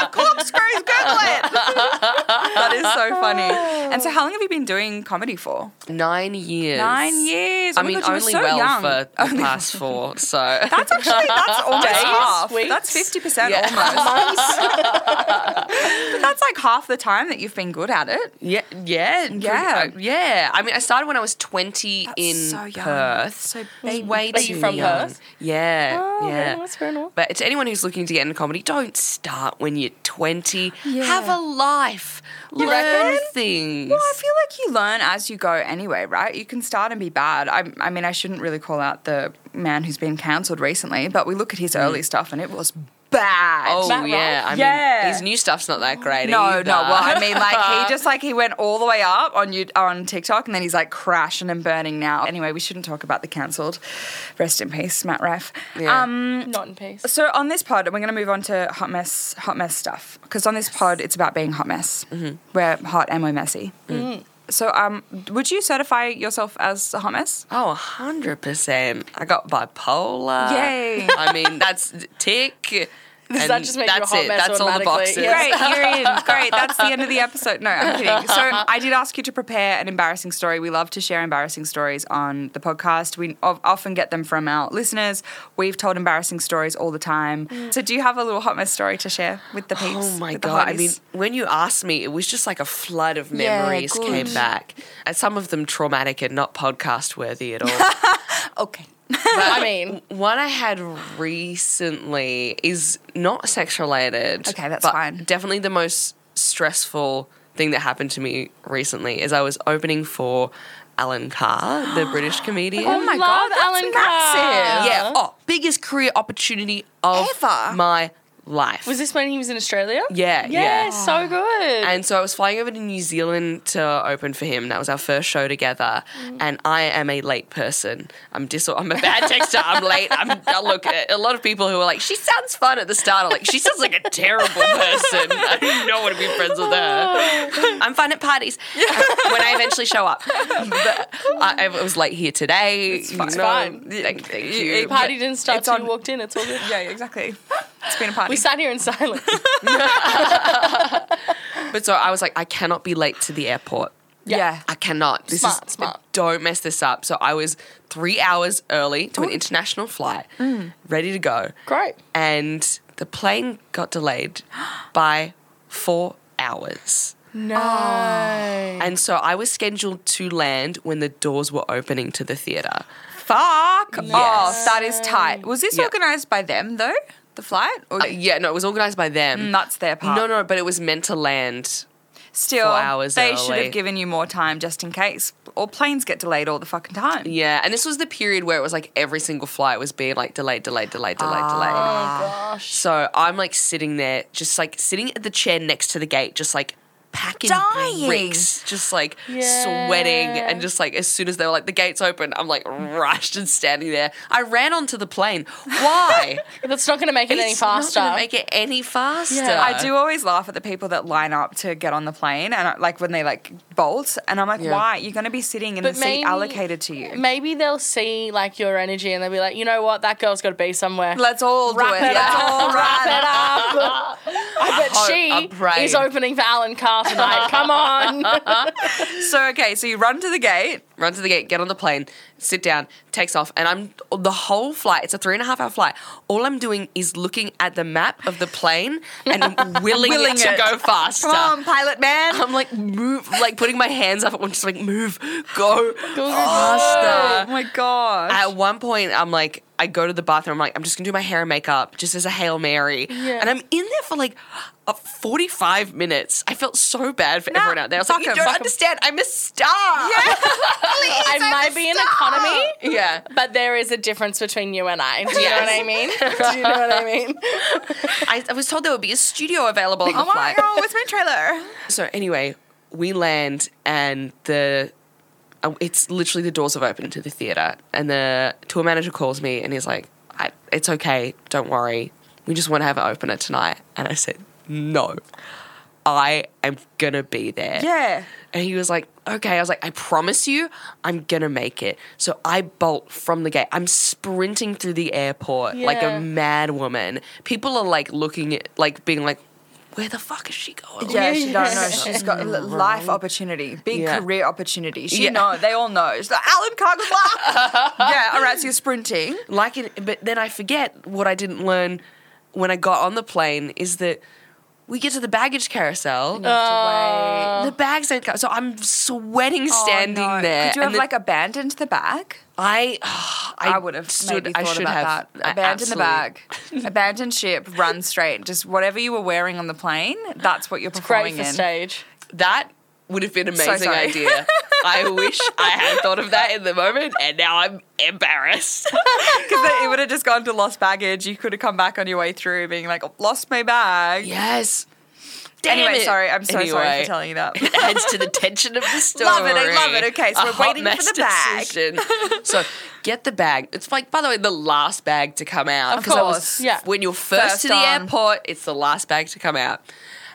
[SPEAKER 1] have corkscrews. Google it.
[SPEAKER 3] [LAUGHS]
[SPEAKER 1] that is so funny.
[SPEAKER 3] Oh.
[SPEAKER 1] And so, how long have you been doing comedy for?
[SPEAKER 3] [LAUGHS] Nine years.
[SPEAKER 1] Nine years. Oh
[SPEAKER 3] I
[SPEAKER 1] my
[SPEAKER 3] mean,
[SPEAKER 1] God, you were
[SPEAKER 3] only
[SPEAKER 1] so
[SPEAKER 3] well
[SPEAKER 1] young. [LAUGHS] Oh
[SPEAKER 3] for the past four. So
[SPEAKER 1] That's actually
[SPEAKER 3] [LAUGHS]
[SPEAKER 1] that's almost
[SPEAKER 2] Days?
[SPEAKER 1] half.
[SPEAKER 2] Weeks?
[SPEAKER 1] That's fifty percent
[SPEAKER 3] Yeah. [LAUGHS]
[SPEAKER 1] almost. [LAUGHS] but that's like half the time that you've been good at it.
[SPEAKER 3] yeah, yeah,
[SPEAKER 1] Yeah.
[SPEAKER 3] pretty- uh, yeah. I mean, I started when I was twenty in
[SPEAKER 1] so young.
[SPEAKER 3] Perth.
[SPEAKER 1] So
[SPEAKER 3] It's
[SPEAKER 1] baby.
[SPEAKER 3] way
[SPEAKER 2] Are
[SPEAKER 3] too
[SPEAKER 2] you from
[SPEAKER 3] young.
[SPEAKER 2] Perth?
[SPEAKER 3] Yeah,
[SPEAKER 2] Oh, very
[SPEAKER 3] yeah.
[SPEAKER 2] nice, very nice.
[SPEAKER 3] But to anyone who's looking to get into comedy, don't start when you're 20.
[SPEAKER 1] Yeah.
[SPEAKER 3] Have a life. Learn
[SPEAKER 1] reckon?
[SPEAKER 3] things.
[SPEAKER 1] Well, I feel like you learn as you go anyway, right? You can start and be bad. I, I mean, I shouldn't really call out the man who's been cancelled recently, but we look at his early stuff and it was bad.
[SPEAKER 3] Mm. Oh
[SPEAKER 2] that
[SPEAKER 3] yeah,
[SPEAKER 2] right?
[SPEAKER 3] I
[SPEAKER 1] Yeah.
[SPEAKER 3] mean his new stuff's not that great
[SPEAKER 1] no,
[SPEAKER 3] either.
[SPEAKER 1] no. Well, I mean, like he
[SPEAKER 3] [LAUGHS]
[SPEAKER 1] just like he went all the way up on you on TikTok, and then he's like crashing and burning now. Anyway, we shouldn't talk about the cancelled. Rest in peace, Matt Rife.
[SPEAKER 3] Yeah.
[SPEAKER 1] Um,
[SPEAKER 2] Not in peace.
[SPEAKER 1] so on this pod, we're going to move on to hot mess, hot mess stuff. Because on this pod, it's about being hot mess.
[SPEAKER 3] Mm-hmm.
[SPEAKER 1] We're hot and we're messy.
[SPEAKER 3] Mm.
[SPEAKER 1] So, um, would you certify yourself as a hot mess?
[SPEAKER 3] Oh, 100%. I got bipolar.
[SPEAKER 1] Yay.
[SPEAKER 3] I mean, that's tick. Does
[SPEAKER 2] that just make you a hot mess
[SPEAKER 3] That's all the
[SPEAKER 2] automatically?
[SPEAKER 3] boxes.
[SPEAKER 2] Yeah.
[SPEAKER 1] Great, you're in.
[SPEAKER 3] [LAUGHS]
[SPEAKER 1] Great, that's the end of the episode. No, I'm kidding. So I did ask you to prepare an embarrassing story. We love to share embarrassing stories on the podcast. We of- often get them from our listeners. We've told embarrassing stories all the time. So do you have a little hot mess story to share with the peeps?
[SPEAKER 3] Mm. Oh my
[SPEAKER 1] with the
[SPEAKER 3] god! I
[SPEAKER 1] hotties?
[SPEAKER 3] mean, when you asked me, it was just like a flood of
[SPEAKER 1] Yeah,
[SPEAKER 3] memories
[SPEAKER 1] good.
[SPEAKER 3] came back, and some of them traumatic and not podcast
[SPEAKER 1] [LAUGHS]
[SPEAKER 3] worthy at all.
[SPEAKER 1] okay. [LAUGHS]
[SPEAKER 2] I mean,
[SPEAKER 3] One I had recently is not sex related.
[SPEAKER 1] Okay, that's
[SPEAKER 3] but
[SPEAKER 1] fine.
[SPEAKER 3] Definitely the most stressful thing that happened to me recently is I was opening for Alan Carr,
[SPEAKER 1] [GASPS]
[SPEAKER 3] the British comedian.
[SPEAKER 1] Oh my
[SPEAKER 2] Love
[SPEAKER 1] god, that's
[SPEAKER 2] Alan Carr.
[SPEAKER 1] massive.
[SPEAKER 3] yeah, oh, biggest career opportunity of
[SPEAKER 1] Ever.
[SPEAKER 3] my life.
[SPEAKER 2] Was this when he was in Australia?
[SPEAKER 3] Yeah,
[SPEAKER 2] Yeah,
[SPEAKER 3] yeah.
[SPEAKER 1] Oh.
[SPEAKER 2] so good.
[SPEAKER 3] And so I was flying over to New Zealand to open for him. That was our first show together. And I am a late person. I'm dis- I'm a bad texter. I'm late. I'm I look a lot of people who are like, she sounds fun at the start. are like, she sounds like a terrible person. [LAUGHS] I do not want to be friends with [LAUGHS] her. I'm fun at parties. when I eventually show up, but I, I was late here today. It's
[SPEAKER 1] fine.
[SPEAKER 2] Fine.
[SPEAKER 3] Thank, thank
[SPEAKER 1] It-
[SPEAKER 3] you.
[SPEAKER 1] it-
[SPEAKER 3] But-
[SPEAKER 2] Party didn't start
[SPEAKER 1] It's
[SPEAKER 2] till
[SPEAKER 1] on-
[SPEAKER 2] you walked in. It's all good.
[SPEAKER 1] Yeah, exactly. It's been a party.
[SPEAKER 2] We sat here in silence.
[SPEAKER 3] But so I was like, I cannot be late to the airport.
[SPEAKER 1] yeah.
[SPEAKER 3] I cannot. This
[SPEAKER 2] Smart,
[SPEAKER 3] is
[SPEAKER 2] smart.
[SPEAKER 3] Don't mess this up. So I was three hours early to an international flight, ready to go,
[SPEAKER 2] Mm. Great.
[SPEAKER 3] and the plane got
[SPEAKER 2] [GASPS]
[SPEAKER 3] delayed by four hours.
[SPEAKER 2] No. Oh
[SPEAKER 3] And so I was scheduled to land when the doors were opening to the theater.
[SPEAKER 1] Fuck off.
[SPEAKER 3] Yes.
[SPEAKER 1] That is tight. Was this
[SPEAKER 3] Yeah.
[SPEAKER 1] organised by them though? The flight? Or
[SPEAKER 3] Uh, yeah, no, it was organized by
[SPEAKER 2] Mm,
[SPEAKER 3] them.
[SPEAKER 1] that's their part.
[SPEAKER 3] No, no, but it was meant to land.
[SPEAKER 1] Still,
[SPEAKER 3] four hours
[SPEAKER 1] they should
[SPEAKER 3] early.
[SPEAKER 1] have given you more time just in case. Or planes get delayed all the fucking time.
[SPEAKER 3] Yeah, and this was the period where it was like every single flight was being like delayed, delayed, delayed, delayed, delayed.
[SPEAKER 2] Gosh.
[SPEAKER 3] So I'm like sitting there, just like sitting at the chair next to the gate, just like packing
[SPEAKER 1] Dying.
[SPEAKER 3] bricks, just like
[SPEAKER 2] Yeah.
[SPEAKER 3] sweating, and just like as soon as they were like the gates open, I'm like rushed and standing there. I ran onto the plane. Why?
[SPEAKER 2] That's not going to make it any
[SPEAKER 3] It's not
[SPEAKER 2] faster.
[SPEAKER 3] gonna make it any faster.
[SPEAKER 2] Yeah.
[SPEAKER 1] I do always laugh at the people that line up to get on the plane and uh, like when they like bolt and I'm like,
[SPEAKER 3] Yeah.
[SPEAKER 1] why? You're going to be sitting in the seat allocated to you.
[SPEAKER 2] Maybe they'll see like your energy and they'll be like, you know what, that girl's got to be somewhere.
[SPEAKER 1] Let's all do
[SPEAKER 2] Wrap
[SPEAKER 1] it.
[SPEAKER 2] it
[SPEAKER 1] Let's
[SPEAKER 2] up.
[SPEAKER 1] all run.
[SPEAKER 2] I bet
[SPEAKER 3] hope- I
[SPEAKER 2] she
[SPEAKER 3] pray.
[SPEAKER 2] is opening for Alan Carr tonight. Come on.
[SPEAKER 1] So okay, so you run to the gate.
[SPEAKER 3] Run to the gate, get on the plane, sit down, takes off, and I'm the whole flight. It's a three and a half hour flight. All I'm doing is looking at the map of the plane and willing,
[SPEAKER 1] Willing
[SPEAKER 3] it to
[SPEAKER 1] it.
[SPEAKER 3] go faster.
[SPEAKER 1] Come on, pilot man.
[SPEAKER 3] I'm like move, like putting my hands up at one, just like move, go
[SPEAKER 1] Oh
[SPEAKER 3] faster.
[SPEAKER 1] my gosh.
[SPEAKER 3] At one point, I'm like, I go to the bathroom. I'm like, I'm just gonna do my hair and makeup, just as a hail mary. And I'm in there for like uh, 45 minutes. I felt so bad for
[SPEAKER 1] Nah,
[SPEAKER 3] everyone out there. I was like,
[SPEAKER 1] fuck
[SPEAKER 3] you
[SPEAKER 1] 'em,
[SPEAKER 3] don't
[SPEAKER 1] fuck 'em."
[SPEAKER 3] understand. I'm a star.
[SPEAKER 2] [LAUGHS]
[SPEAKER 3] Yeah,
[SPEAKER 2] I might be in economy,
[SPEAKER 3] yeah.
[SPEAKER 2] but there is a difference between you and I. Do you know what I mean? Do you know what I mean?
[SPEAKER 3] I, I was told there would be a studio available on the
[SPEAKER 1] oh my
[SPEAKER 3] flight.
[SPEAKER 1] god, what's my
[SPEAKER 3] [LAUGHS]
[SPEAKER 1] trailer?
[SPEAKER 3] So anyway, we land and the uh, it's literally the doors have opened to the theater and the tour manager calls me and he's like, I, "It's okay, don't worry. We just want to have an opener tonight." And I said, "No. I am going to be there."
[SPEAKER 1] Yeah.
[SPEAKER 3] And he was like, okay. I was like, I promise you, I'm gonna make it. So I bolt from the gate. I'm sprinting through the airport like
[SPEAKER 2] Yeah.
[SPEAKER 3] a mad woman. People are like looking at, like, being like, where the fuck is she going?
[SPEAKER 1] Yeah, she don't know.
[SPEAKER 2] Yeah.
[SPEAKER 1] She's got l- life opportunity, big
[SPEAKER 3] Yeah.
[SPEAKER 1] career opportunity. She
[SPEAKER 3] Yeah.
[SPEAKER 1] know. They all know. She's like, Alan Carr,
[SPEAKER 3] [LAUGHS]
[SPEAKER 1] good luck. yeah, all right. So you're sprinting.
[SPEAKER 3] Like, it, but then I forget what I didn't learn when I got on the plane is that we get to the baggage carousel.
[SPEAKER 1] Oh,
[SPEAKER 3] the bags don't go. So I'm sweating standing
[SPEAKER 1] no.
[SPEAKER 3] there.
[SPEAKER 1] Could you
[SPEAKER 3] and
[SPEAKER 1] have
[SPEAKER 3] the-
[SPEAKER 1] like abandoned the bag?
[SPEAKER 3] I, ah,
[SPEAKER 1] I,
[SPEAKER 3] I,
[SPEAKER 1] would have
[SPEAKER 3] stood-
[SPEAKER 1] maybe thought
[SPEAKER 3] I should
[SPEAKER 1] about
[SPEAKER 3] have
[SPEAKER 1] that.
[SPEAKER 3] I
[SPEAKER 1] Abandon the
[SPEAKER 3] absolutely-
[SPEAKER 1] bag, abandon ship, run straight. Just whatever you were wearing on the plane, that's what you're
[SPEAKER 2] [LAUGHS] Great
[SPEAKER 1] performing
[SPEAKER 2] for
[SPEAKER 1] in.
[SPEAKER 2] stage.
[SPEAKER 3] That would have been an
[SPEAKER 1] So
[SPEAKER 3] amazing
[SPEAKER 1] sorry. [LAUGHS]
[SPEAKER 3] idea. I wish I had thought of that in the moment, and now I'm embarrassed.
[SPEAKER 1] [LAUGHS] Because it would have just gone to lost baggage. You could have come back on your way through, being like, lost my bag.
[SPEAKER 3] yes. Damn
[SPEAKER 1] anyway,
[SPEAKER 3] it.
[SPEAKER 1] sorry, I'm so sorry
[SPEAKER 3] Anyway,
[SPEAKER 1] for telling you that.
[SPEAKER 3] [LAUGHS] It adds to the tension of the
[SPEAKER 1] [LAUGHS]
[SPEAKER 3] story.
[SPEAKER 1] Love it, I love it. Okay, so
[SPEAKER 3] A
[SPEAKER 1] we're
[SPEAKER 3] hot
[SPEAKER 1] waiting for
[SPEAKER 3] mess
[SPEAKER 1] the bag.
[SPEAKER 3] decision. so get the bag. It's like, by the way, the last bag to come out.
[SPEAKER 1] Of
[SPEAKER 3] 'cause I was-
[SPEAKER 1] course,
[SPEAKER 2] yeah.
[SPEAKER 3] When you're first,
[SPEAKER 1] First
[SPEAKER 3] to the
[SPEAKER 1] on.
[SPEAKER 3] airport, it's the last bag to come out.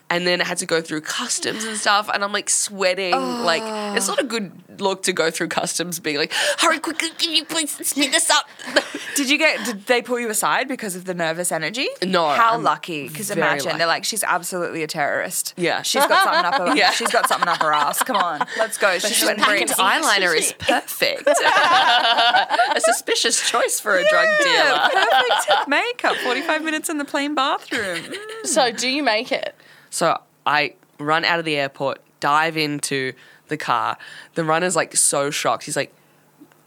[SPEAKER 3] And then I had to go through customs and stuff, and I'm like sweating. Like
[SPEAKER 1] Oh.
[SPEAKER 3] it's not a good look to go through customs, being like, "Hurry, quickly, can you please speed this up?"
[SPEAKER 1] Did you get? Did they pull you aside because of the nervous energy?
[SPEAKER 3] No,
[SPEAKER 1] How
[SPEAKER 3] I'm
[SPEAKER 1] lucky! Because
[SPEAKER 3] very
[SPEAKER 1] imagine
[SPEAKER 3] lucky.
[SPEAKER 1] they're like, she's absolutely a terrorist.
[SPEAKER 3] Yeah.
[SPEAKER 1] she's got something up
[SPEAKER 3] [LAUGHS]
[SPEAKER 1] her.
[SPEAKER 3] Yeah.
[SPEAKER 1] she's got something up her ass. Come on, let's go. She's sweating
[SPEAKER 3] Brand's
[SPEAKER 1] bricks. [LAUGHS]
[SPEAKER 3] eyeliner is perfect. [LAUGHS] a suspicious choice for a drug
[SPEAKER 1] Yeah,
[SPEAKER 3] dealer.
[SPEAKER 1] perfect makeup. Forty-five minutes in the plain bathroom.
[SPEAKER 3] [LAUGHS]
[SPEAKER 2] So, do you make it?
[SPEAKER 3] So I run out of the airport, dive into the car. The runner's like so shocked. He's like,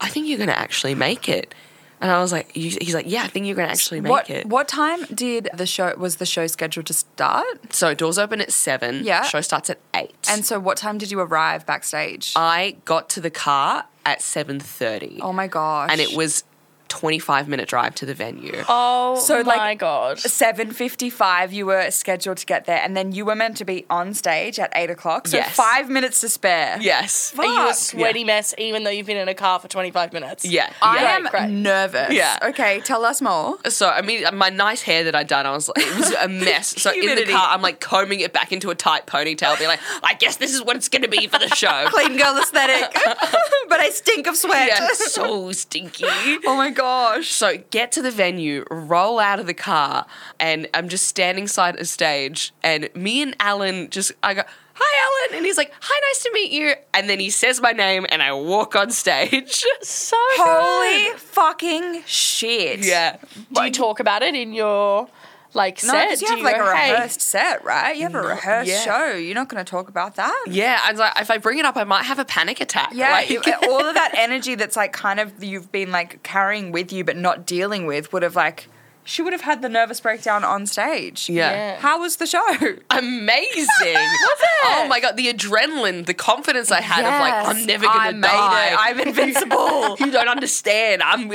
[SPEAKER 3] I think you're going to actually make it. And I was like, you, he's like, yeah, I think you're going to actually make
[SPEAKER 1] Mm. what
[SPEAKER 3] it.
[SPEAKER 1] what time did the show? Was the show scheduled to start?
[SPEAKER 3] So doors open at seven.
[SPEAKER 1] Yeah.
[SPEAKER 3] Show starts at eight.
[SPEAKER 1] And so, what time did you arrive
[SPEAKER 3] Um,
[SPEAKER 1] backstage?
[SPEAKER 3] I got to the car at 7.30.
[SPEAKER 1] oh my gosh!
[SPEAKER 3] and it was 25 minute drive to the venue.
[SPEAKER 2] Oh
[SPEAKER 1] So,
[SPEAKER 2] my
[SPEAKER 1] like,
[SPEAKER 2] god.
[SPEAKER 1] 7.55 you were scheduled to get there and then you were meant to be on stage at 8 o'clock so
[SPEAKER 3] Yes.
[SPEAKER 1] five minutes to spare
[SPEAKER 3] Yes.
[SPEAKER 1] Fuck.
[SPEAKER 2] Are you
[SPEAKER 1] Yeah.
[SPEAKER 2] a sweaty mess even though you've been in a car for 25 minutes?
[SPEAKER 3] Yeah.
[SPEAKER 1] i
[SPEAKER 3] yeah.
[SPEAKER 1] am
[SPEAKER 2] Great, great.
[SPEAKER 1] nervous
[SPEAKER 3] Yeah.
[SPEAKER 1] okay tell us more
[SPEAKER 3] So I mean, my nice hair that I'd done, I was like, it was a mess.
[SPEAKER 1] [LAUGHS]
[SPEAKER 3] So in the
[SPEAKER 1] Humidity.
[SPEAKER 3] car, I'm like combing it back into a tight ponytail, being like, I guess this is what it's gonna be for
[SPEAKER 1] [LAUGHS]
[SPEAKER 3] the show.
[SPEAKER 1] clean girl
[SPEAKER 3] [LAUGHS]
[SPEAKER 1] aesthetic but i stink of sweat [LAUGHS]
[SPEAKER 3] yeah, it's [LAUGHS] so stinky.
[SPEAKER 1] oh my gosh
[SPEAKER 3] So get to the venue, roll out of the car, and I'm just standing side of stage, and me and Alan just I go, Hi Alan, and he's like, Hi, nice to meet you. And then he says my name and I walk on stage. [LAUGHS]
[SPEAKER 2] So good.
[SPEAKER 1] holy fucking shit
[SPEAKER 3] yeah.
[SPEAKER 2] Do you talk about it in your like
[SPEAKER 1] no,
[SPEAKER 2] set?
[SPEAKER 1] because you
[SPEAKER 2] Do
[SPEAKER 1] have like a
[SPEAKER 2] go, "Hey,
[SPEAKER 1] rehearsed set, right? You have a rehearsed
[SPEAKER 3] yeah.
[SPEAKER 1] show. You're not going to talk about that.
[SPEAKER 3] Yeah. I was like, if I bring it up, I might have a panic attack.
[SPEAKER 1] Yeah,
[SPEAKER 3] Like- [LAUGHS]
[SPEAKER 1] you- all of that energy that's like kind of you've been like carrying with you but not dealing with would have like she would have had the nervous breakdown on stage.
[SPEAKER 3] yeah.
[SPEAKER 2] Yeah.
[SPEAKER 1] How was the show? [LAUGHS]
[SPEAKER 3] amazing. Oh my god, the adrenaline, the confidence I had of like, I'm never gonna
[SPEAKER 1] I made
[SPEAKER 3] die.
[SPEAKER 1] It. I'm invincible.
[SPEAKER 3] [LAUGHS] you don't understand. I'm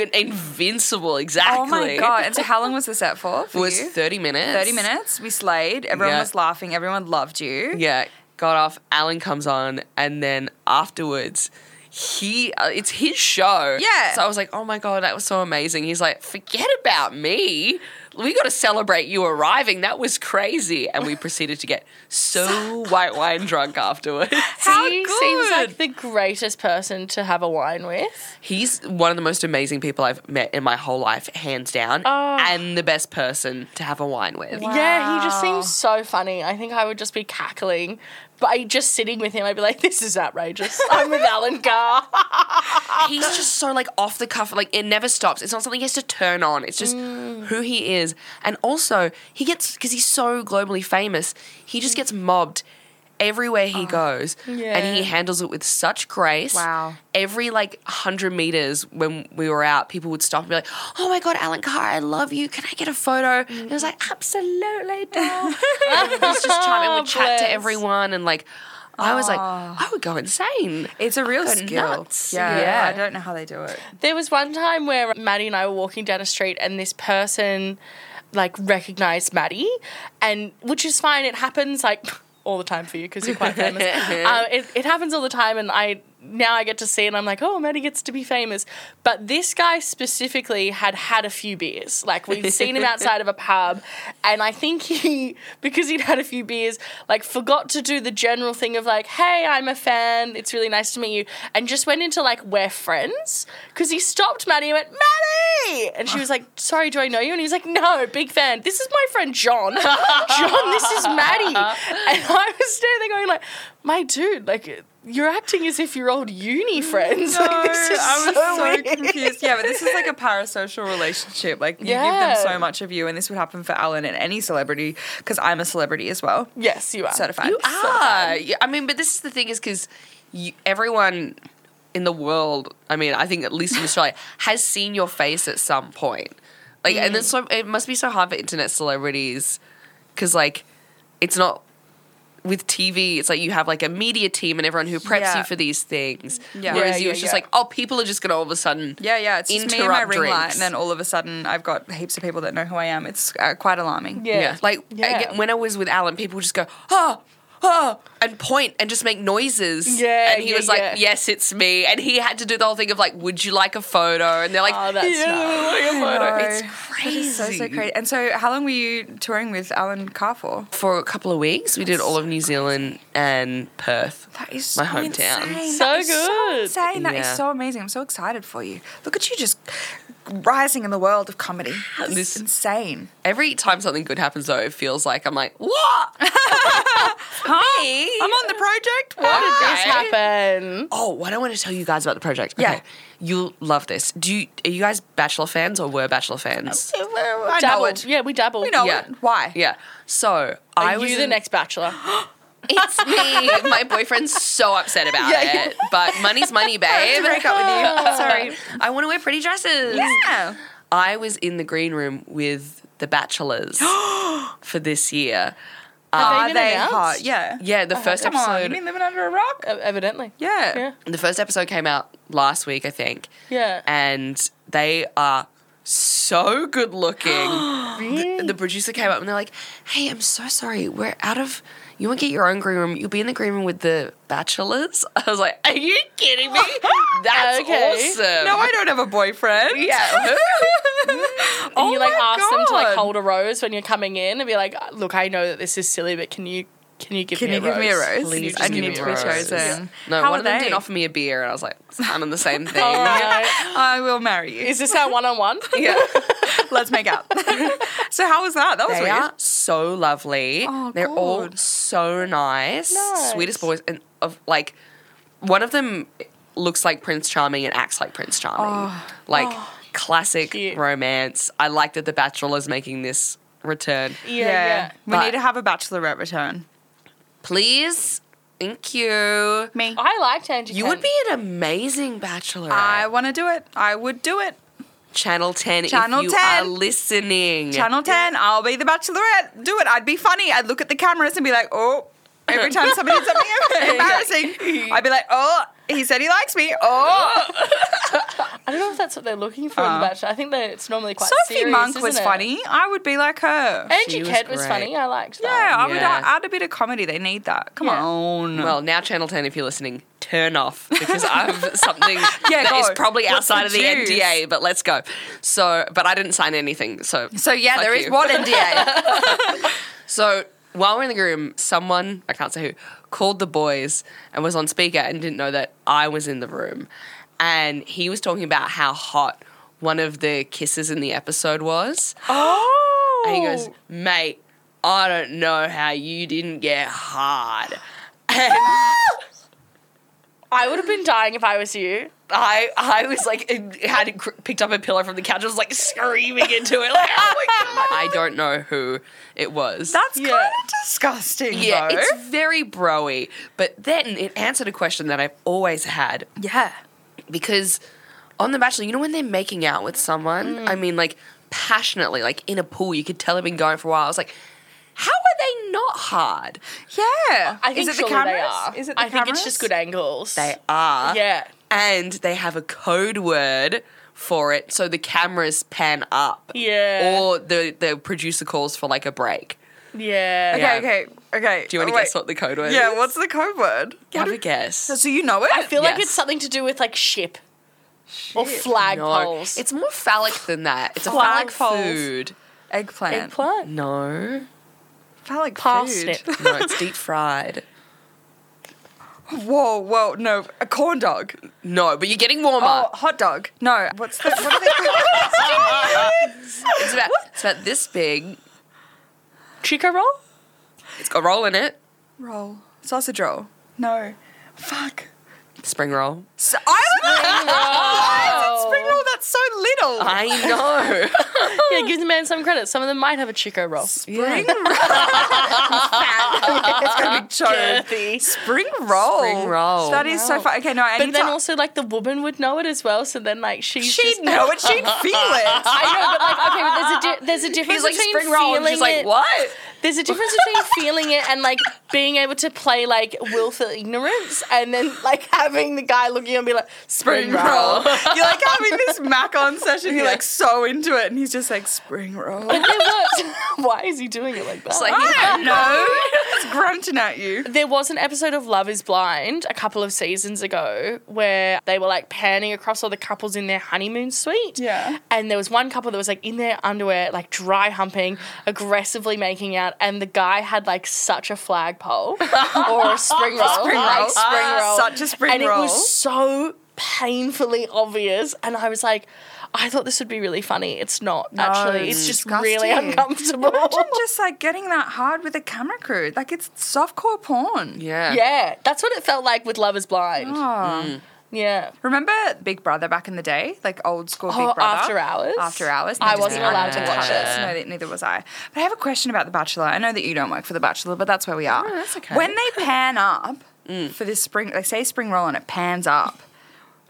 [SPEAKER 3] invincible. Exactly.
[SPEAKER 1] oh my god! And so, how long was the set for?
[SPEAKER 3] It
[SPEAKER 1] For
[SPEAKER 3] was
[SPEAKER 1] you?
[SPEAKER 3] 30 minutes.
[SPEAKER 1] thirty minutes. We slayed. Everyone
[SPEAKER 3] Yeah.
[SPEAKER 1] was laughing. Everyone loved you.
[SPEAKER 3] Yeah. Got off. Alan comes on, and then afterwards. He, uh, it's his show.
[SPEAKER 1] Yeah.
[SPEAKER 3] So I was like, oh my God, that was so amazing. He's like, forget about me. We got to celebrate you arriving. That was crazy. And we proceeded to get
[SPEAKER 1] [LAUGHS]
[SPEAKER 3] so white wine drunk afterwards.
[SPEAKER 1] How
[SPEAKER 2] he
[SPEAKER 1] good.
[SPEAKER 2] seems like the greatest person to have a wine with.
[SPEAKER 3] He's one of the most amazing people I've met in my whole life, hands down,
[SPEAKER 2] Oh.
[SPEAKER 3] and the best person to have a wine with.
[SPEAKER 2] Yeah, he just
[SPEAKER 1] Wow.
[SPEAKER 2] seems so funny. I think I would just be cackling. But I, just sitting with him, I'd be like, this is outrageous. I'm with Alan Carr.
[SPEAKER 3] He's just so like off the cuff, like it never stops. It's not something he has to turn on. It's just
[SPEAKER 2] Mm.
[SPEAKER 3] who he is, and also he gets because he's so globally famous. He just gets mobbed everywhere he goes, and
[SPEAKER 2] Oh. Yeah.
[SPEAKER 3] he handles it with such grace.
[SPEAKER 1] Wow.
[SPEAKER 3] Every like hundred meters when we were out, people would stop and be like, "Oh my god, Alan Carr, I love you. Can I get a photo?" And I was like, "Absolutely,
[SPEAKER 2] [LAUGHS]
[SPEAKER 3] doll." He's just charming. Would chat to
[SPEAKER 2] Oh, Bless. Ah.
[SPEAKER 3] everyone, and like, I was like, I would go insane.
[SPEAKER 1] It's a real
[SPEAKER 3] go
[SPEAKER 1] skill.
[SPEAKER 3] nuts.
[SPEAKER 1] Yeah,
[SPEAKER 3] Yeah.
[SPEAKER 1] I don't know how they do
[SPEAKER 3] [LAUGHS]
[SPEAKER 1] it.
[SPEAKER 2] There was one time where Maddie and I were walking down a street and this person like recognized Maddie and which is fine it happens like [LAUGHS] all the time for you because you're quite famous. uh, it, it happens all the time and I now I get to see it and I'm like oh Maddie gets to be famous. But this guy specifically had had a few beers. Like we've seen him outside of a pub and I think he because he'd had a few beers like forgot to do the general thing of like hey I'm a fan it's really nice to meet you and just went into like we're friends because he stopped Maddie and went Maddie and she was like sorry do I know you and he was like no big fan this is my friend John [LAUGHS] John this is Maddie and [LAUGHS] I was standing there going like my dude like you're acting as if you're old uni friends [LAUGHS] like this is
[SPEAKER 1] I was
[SPEAKER 2] so [LAUGHS]
[SPEAKER 1] so,
[SPEAKER 2] weird.
[SPEAKER 1] confused. Yeah, but this is like a parasocial relationship. Like you give
[SPEAKER 2] Yeah.
[SPEAKER 1] them so much of you, and this would happen for Alan and any celebrity because I'm a celebrity as well,
[SPEAKER 2] yes you are
[SPEAKER 1] certified.
[SPEAKER 3] You are. Ah, Yeah, I mean, but this is the thing is because everyone in the world, I mean, I think at least in Australia, [LAUGHS] has seen your face at some point. Like, and
[SPEAKER 2] Mm.
[SPEAKER 3] it's so it must be so hard for internet celebrities because like it's not with TV. It's like you have like a media team and everyone who preps
[SPEAKER 1] Yeah.
[SPEAKER 3] you for these things.
[SPEAKER 1] Yeah.
[SPEAKER 3] Whereas
[SPEAKER 2] Yeah,
[SPEAKER 3] you,
[SPEAKER 2] yeah,
[SPEAKER 3] it's just
[SPEAKER 2] yeah.
[SPEAKER 3] like, oh, people are just gonna all of a sudden.
[SPEAKER 1] Yeah, yeah. It's just me and my
[SPEAKER 3] Interrupt
[SPEAKER 1] ring light,
[SPEAKER 3] drinks.
[SPEAKER 1] and then all of a sudden I've got heaps of people that know who I am. It's uh, quite alarming.
[SPEAKER 2] Yeah.
[SPEAKER 3] Like
[SPEAKER 2] Yeah.
[SPEAKER 3] again, when I was with Alan, people just go, oh,
[SPEAKER 1] Ah!
[SPEAKER 3] oh, and point and just make noises.
[SPEAKER 2] Yeah,
[SPEAKER 3] And he
[SPEAKER 2] yeah,
[SPEAKER 3] was like,
[SPEAKER 2] yeah.
[SPEAKER 3] yes, it's me. And he had to do the whole thing of like, would you like a photo? And they're like,
[SPEAKER 2] Oh, that's
[SPEAKER 3] yeah,
[SPEAKER 2] nice.
[SPEAKER 3] like a
[SPEAKER 1] [LAUGHS] I
[SPEAKER 3] photo.
[SPEAKER 1] know.
[SPEAKER 3] It's
[SPEAKER 1] That
[SPEAKER 3] crazy.
[SPEAKER 1] is so so crazy. And so, how long were you touring with Alan Carr for?
[SPEAKER 3] For a couple of weeks, we did all of New Zealand and Perth.
[SPEAKER 1] That is
[SPEAKER 3] My
[SPEAKER 1] so
[SPEAKER 3] hometown.
[SPEAKER 1] Insane.
[SPEAKER 2] So
[SPEAKER 1] That is So
[SPEAKER 2] good.
[SPEAKER 1] insane. That is
[SPEAKER 3] Yeah.
[SPEAKER 1] so amazing. I'm so excited for you. Look at you just rising in the world of comedy. That's
[SPEAKER 3] This-
[SPEAKER 1] insane.
[SPEAKER 3] Every time something good happens, though, it feels like I'm like, what? Hi.
[SPEAKER 1] I'm on the project.
[SPEAKER 2] how did this
[SPEAKER 3] Okay.
[SPEAKER 2] happen
[SPEAKER 3] Oh, what I want to tell you guys about the project.
[SPEAKER 1] Yeah.
[SPEAKER 3] You'll love this. Do you, are you guys Bachelor fans or were Bachelor fans?
[SPEAKER 1] I know
[SPEAKER 2] dabbled
[SPEAKER 1] it.
[SPEAKER 2] yeah we dabbled
[SPEAKER 1] We know
[SPEAKER 3] Yeah.
[SPEAKER 1] it. Why?
[SPEAKER 3] Oh, Yeah. So
[SPEAKER 2] Are
[SPEAKER 3] I
[SPEAKER 2] you
[SPEAKER 3] was
[SPEAKER 2] the
[SPEAKER 3] in-
[SPEAKER 2] next bachelor E-,
[SPEAKER 3] It's [LAUGHS] me. My boyfriend's so upset about
[SPEAKER 2] Yeah, yeah.
[SPEAKER 3] it. But money's [LAUGHS] money, babe.
[SPEAKER 1] break up with you. Sorry.
[SPEAKER 3] I want to wear pretty dresses.
[SPEAKER 1] Yeah.
[SPEAKER 3] I was in the green room with the
[SPEAKER 1] [GASPS]
[SPEAKER 3] bachelors for this year.
[SPEAKER 1] Are
[SPEAKER 2] been
[SPEAKER 1] they
[SPEAKER 2] announced?
[SPEAKER 1] hot? Yeah.
[SPEAKER 3] Yeah, Oh, the first
[SPEAKER 1] Come on. You
[SPEAKER 3] episode.
[SPEAKER 1] mean living under a rock?
[SPEAKER 2] Ev- evidently
[SPEAKER 1] Yeah.
[SPEAKER 2] yeah
[SPEAKER 3] the first episode came out last week, I think.
[SPEAKER 2] yeah
[SPEAKER 3] and They are so good
[SPEAKER 1] [GASPS]
[SPEAKER 3] looking. the, the producer came up and they're like, "Hey, I'm so sorry. We're out of. You won't get your own green room. You'll be in the green room with the bachelors." [LAUGHS] I was like, [LAUGHS] "Are you kidding
[SPEAKER 2] [GASPS]
[SPEAKER 3] me? That's
[SPEAKER 2] Okay. [LAUGHS]
[SPEAKER 3] awesome."
[SPEAKER 1] No, I don't have a boyfriend.
[SPEAKER 3] Yeah. who?
[SPEAKER 2] And you like
[SPEAKER 1] Oh my
[SPEAKER 2] ask them to like
[SPEAKER 1] God.
[SPEAKER 2] hold a rose when you're coming in and be like, "Uh, look, I know that this is silly, but can you can you give
[SPEAKER 1] Can
[SPEAKER 2] me
[SPEAKER 1] you
[SPEAKER 2] a
[SPEAKER 1] give
[SPEAKER 2] rose?
[SPEAKER 1] me a rose?
[SPEAKER 3] Please
[SPEAKER 1] I
[SPEAKER 3] just give
[SPEAKER 1] need
[SPEAKER 3] me
[SPEAKER 1] to
[SPEAKER 3] a
[SPEAKER 1] be
[SPEAKER 3] rose.
[SPEAKER 1] chosen.
[SPEAKER 3] No,
[SPEAKER 1] How
[SPEAKER 3] one
[SPEAKER 1] are
[SPEAKER 3] of them
[SPEAKER 1] they?
[SPEAKER 3] did offer me a beer, and I was like, "I'm on
[SPEAKER 1] [LAUGHS]
[SPEAKER 3] the same thing."
[SPEAKER 2] All right.
[SPEAKER 1] I will marry
[SPEAKER 2] [LAUGHS]
[SPEAKER 1] you.
[SPEAKER 2] Is this our one on one?
[SPEAKER 3] Oh Yeah.
[SPEAKER 1] Let's make out. [LAUGHS] so how was that? That was
[SPEAKER 3] They
[SPEAKER 1] weird.
[SPEAKER 3] are so lovely.
[SPEAKER 1] Oh,
[SPEAKER 3] They're all
[SPEAKER 1] good.
[SPEAKER 3] so nice.
[SPEAKER 2] Nice.
[SPEAKER 3] Sweetest boys. And of like one of them looks like Prince Charming and acts like Prince Charming.
[SPEAKER 1] Oh.
[SPEAKER 3] Like classic
[SPEAKER 2] Cute.
[SPEAKER 3] romance. I like that The Bachelor's making this return.
[SPEAKER 2] Yeah, yeah.
[SPEAKER 1] We
[SPEAKER 3] But-
[SPEAKER 1] need to have a bachelorette return.
[SPEAKER 3] Please. Thank you.
[SPEAKER 1] Me.
[SPEAKER 2] I liked Angie.
[SPEAKER 3] You
[SPEAKER 2] Kent.
[SPEAKER 3] would be an amazing bachelorette.
[SPEAKER 1] I want to do it. I would do it.
[SPEAKER 3] Channel 10
[SPEAKER 1] Channel
[SPEAKER 3] if you
[SPEAKER 1] 10.
[SPEAKER 3] are listening.
[SPEAKER 1] Channel 10, I'll be the bachelorette. Do it. I'd be funny. I'd look at the cameras and be like, oh, every time somebody did
[SPEAKER 2] [LAUGHS]
[SPEAKER 1] something embarrassing, I'd be like, oh, he said he likes me. Oh.
[SPEAKER 2] I don't know if that's what they're looking for in
[SPEAKER 1] Uh.
[SPEAKER 2] The Bachelor. I think that it's normally [GASPS] quite
[SPEAKER 1] Sophie
[SPEAKER 2] serious,
[SPEAKER 1] Monk
[SPEAKER 2] isn't
[SPEAKER 1] was
[SPEAKER 2] it?
[SPEAKER 1] funny. I would be like her. Yeah,
[SPEAKER 2] Angie
[SPEAKER 3] was
[SPEAKER 2] Kent was
[SPEAKER 3] great.
[SPEAKER 2] funny. I liked that.
[SPEAKER 1] I would
[SPEAKER 3] Yeah.
[SPEAKER 1] add a bit of comedy. They need that. Come
[SPEAKER 2] Yeah.
[SPEAKER 1] on.
[SPEAKER 3] Well, now Channel 10, if you're listening, turn off because
[SPEAKER 1] [LAUGHS]
[SPEAKER 3] I have something
[SPEAKER 1] Yeah,
[SPEAKER 3] that is
[SPEAKER 1] go.
[SPEAKER 3] probably
[SPEAKER 1] What's
[SPEAKER 3] outside
[SPEAKER 1] the
[SPEAKER 3] of the
[SPEAKER 1] juice?
[SPEAKER 3] NDA, but let's go. So, but I didn't sign anything. So,
[SPEAKER 1] so, yeah,
[SPEAKER 3] fuck
[SPEAKER 1] there is
[SPEAKER 3] you.
[SPEAKER 1] one NDA.
[SPEAKER 3] So, while we're in the room, someone, I can't say who, called the boys and was on speaker and didn't know that I was in the room. And he was talking about how hot one of the kisses in the episode was.
[SPEAKER 1] oh.
[SPEAKER 3] And he goes, mate, I don't know how you didn't get hard. And
[SPEAKER 2] I would have been dying if I was you.
[SPEAKER 3] I I was like had it cr- picked up a pillow from the couch. I was like screaming into it. Like, oh my god! I don't know who it was.
[SPEAKER 1] That's
[SPEAKER 2] Yeah.
[SPEAKER 1] kind of disgusting,
[SPEAKER 3] yeah,
[SPEAKER 1] though.
[SPEAKER 3] it's very broy. But then it answered a question that I've always had
[SPEAKER 1] yeah.
[SPEAKER 3] because on The Bachelor, you know when they're making out with someone, I mean like passionately, like in a pool, you could tell they've been going for a while. I was like, how are they not hard?
[SPEAKER 1] Yeah.
[SPEAKER 2] I think
[SPEAKER 1] is it the
[SPEAKER 2] surely
[SPEAKER 1] cameras?
[SPEAKER 2] they are.
[SPEAKER 1] Is it the
[SPEAKER 2] I
[SPEAKER 1] cameras?
[SPEAKER 2] think it's just good angles.
[SPEAKER 3] They are.
[SPEAKER 2] Yeah.
[SPEAKER 3] and they have a code word for it, so the cameras pan up.
[SPEAKER 2] Yeah.
[SPEAKER 3] Or the the producer calls for like a break.
[SPEAKER 2] Yeah.
[SPEAKER 1] Okay,
[SPEAKER 3] Yeah.
[SPEAKER 1] okay, okay. Oh,
[SPEAKER 3] Do you want to
[SPEAKER 1] Wait.
[SPEAKER 3] guess what the code word?
[SPEAKER 1] Yeah,
[SPEAKER 3] is?
[SPEAKER 1] what's the code word?
[SPEAKER 3] Have a guess.
[SPEAKER 1] So you know it?
[SPEAKER 2] I feel like
[SPEAKER 3] Yes.
[SPEAKER 2] it's something to do with like ship or flag
[SPEAKER 3] No,
[SPEAKER 2] poles.
[SPEAKER 3] it's more phallic than that. It's a
[SPEAKER 1] Flag
[SPEAKER 3] phallic
[SPEAKER 1] poles.
[SPEAKER 3] food.
[SPEAKER 1] eggplant.
[SPEAKER 2] eggplant.
[SPEAKER 3] No,
[SPEAKER 1] Phallic
[SPEAKER 2] Parsnip.
[SPEAKER 1] food.
[SPEAKER 3] no, it's deep fried.
[SPEAKER 1] Whoa, whoa, no, a corn dog.
[SPEAKER 3] No, but you're getting warmer.
[SPEAKER 1] Oh, hot dog. No, what's the, what are they called?
[SPEAKER 3] It's about it's about this big.
[SPEAKER 2] Chico roll? [LAUGHS]
[SPEAKER 3] It's got roll in it.
[SPEAKER 1] roll. Sausage roll. No. Fuck.
[SPEAKER 3] Spring roll.
[SPEAKER 1] S I was spring roll. That's so little.
[SPEAKER 3] I [LAUGHS] know.
[SPEAKER 2] Yeah, give the man some credit. Some of them might have a Chico roll.
[SPEAKER 1] Spring roll. it's gonna be choked. Spring roll.
[SPEAKER 3] Spring roll.
[SPEAKER 1] That is so fun. Okay, no, I
[SPEAKER 2] But
[SPEAKER 1] need
[SPEAKER 2] then
[SPEAKER 1] to. [LAUGHS]
[SPEAKER 2] also like the woman would know it as well. So then like she's
[SPEAKER 1] she'd
[SPEAKER 2] just-
[SPEAKER 1] know it. She'd feel it.
[SPEAKER 2] I know, but like okay, but there's a di- there's a difference
[SPEAKER 3] He's like
[SPEAKER 2] between
[SPEAKER 3] spring roll, and
[SPEAKER 2] feeling
[SPEAKER 3] she's like,
[SPEAKER 2] it.
[SPEAKER 3] what?
[SPEAKER 2] There's a difference
[SPEAKER 1] [LAUGHS]
[SPEAKER 2] between feeling it and like being able to play like willful ignorance, and then like having the guy looking and be like spring,
[SPEAKER 1] spring
[SPEAKER 2] roll. [LAUGHS]
[SPEAKER 1] roll. You're like having this mac on session. You're like so into it, and he's just like spring roll.
[SPEAKER 2] But there was why is he doing it like that?
[SPEAKER 3] It's like he
[SPEAKER 1] I don't know. It's grunting at you.
[SPEAKER 2] there was an episode of Love is Blind a couple of seasons ago where they were like panning across all the couples in their honeymoon suite.
[SPEAKER 1] Yeah.
[SPEAKER 2] And there was one couple that was like in their underwear, like dry humping, aggressively making out, and the guy had like such
[SPEAKER 1] [LAUGHS]
[SPEAKER 2] a flagpole or a spring roll.
[SPEAKER 1] Spring
[SPEAKER 2] like,
[SPEAKER 1] roll.
[SPEAKER 2] spring roll.
[SPEAKER 1] Such a spring
[SPEAKER 2] and
[SPEAKER 1] roll.
[SPEAKER 2] it was so painfully obvious. And I was like, I thought this would be really funny. It's not, actually. It's,
[SPEAKER 1] it's
[SPEAKER 2] just
[SPEAKER 1] disgusting.
[SPEAKER 2] really uncomfortable.
[SPEAKER 1] Imagine just like getting that hard with a camera crew. Like it's softcore porn.
[SPEAKER 2] [LAUGHS]
[SPEAKER 3] Yeah.
[SPEAKER 2] yeah, that's what it felt like with Love is Blind.
[SPEAKER 1] Oh.
[SPEAKER 2] Yeah.
[SPEAKER 1] Remember Big Brother back in the day, like old school
[SPEAKER 2] Oh,
[SPEAKER 1] Big Brother.
[SPEAKER 2] After Hours?
[SPEAKER 1] After hours.
[SPEAKER 2] I
[SPEAKER 1] They just
[SPEAKER 2] wasn't
[SPEAKER 1] had
[SPEAKER 2] allowed to watch
[SPEAKER 1] covers.
[SPEAKER 2] it.
[SPEAKER 1] No, th- neither was I. But I have a question about The Bachelor. I know that you don't work for The Bachelor, but that's where we are.
[SPEAKER 2] [LAUGHS]
[SPEAKER 3] that's okay.
[SPEAKER 2] Mm.
[SPEAKER 1] When they pan up for this spring, like say spring roll and it pans up.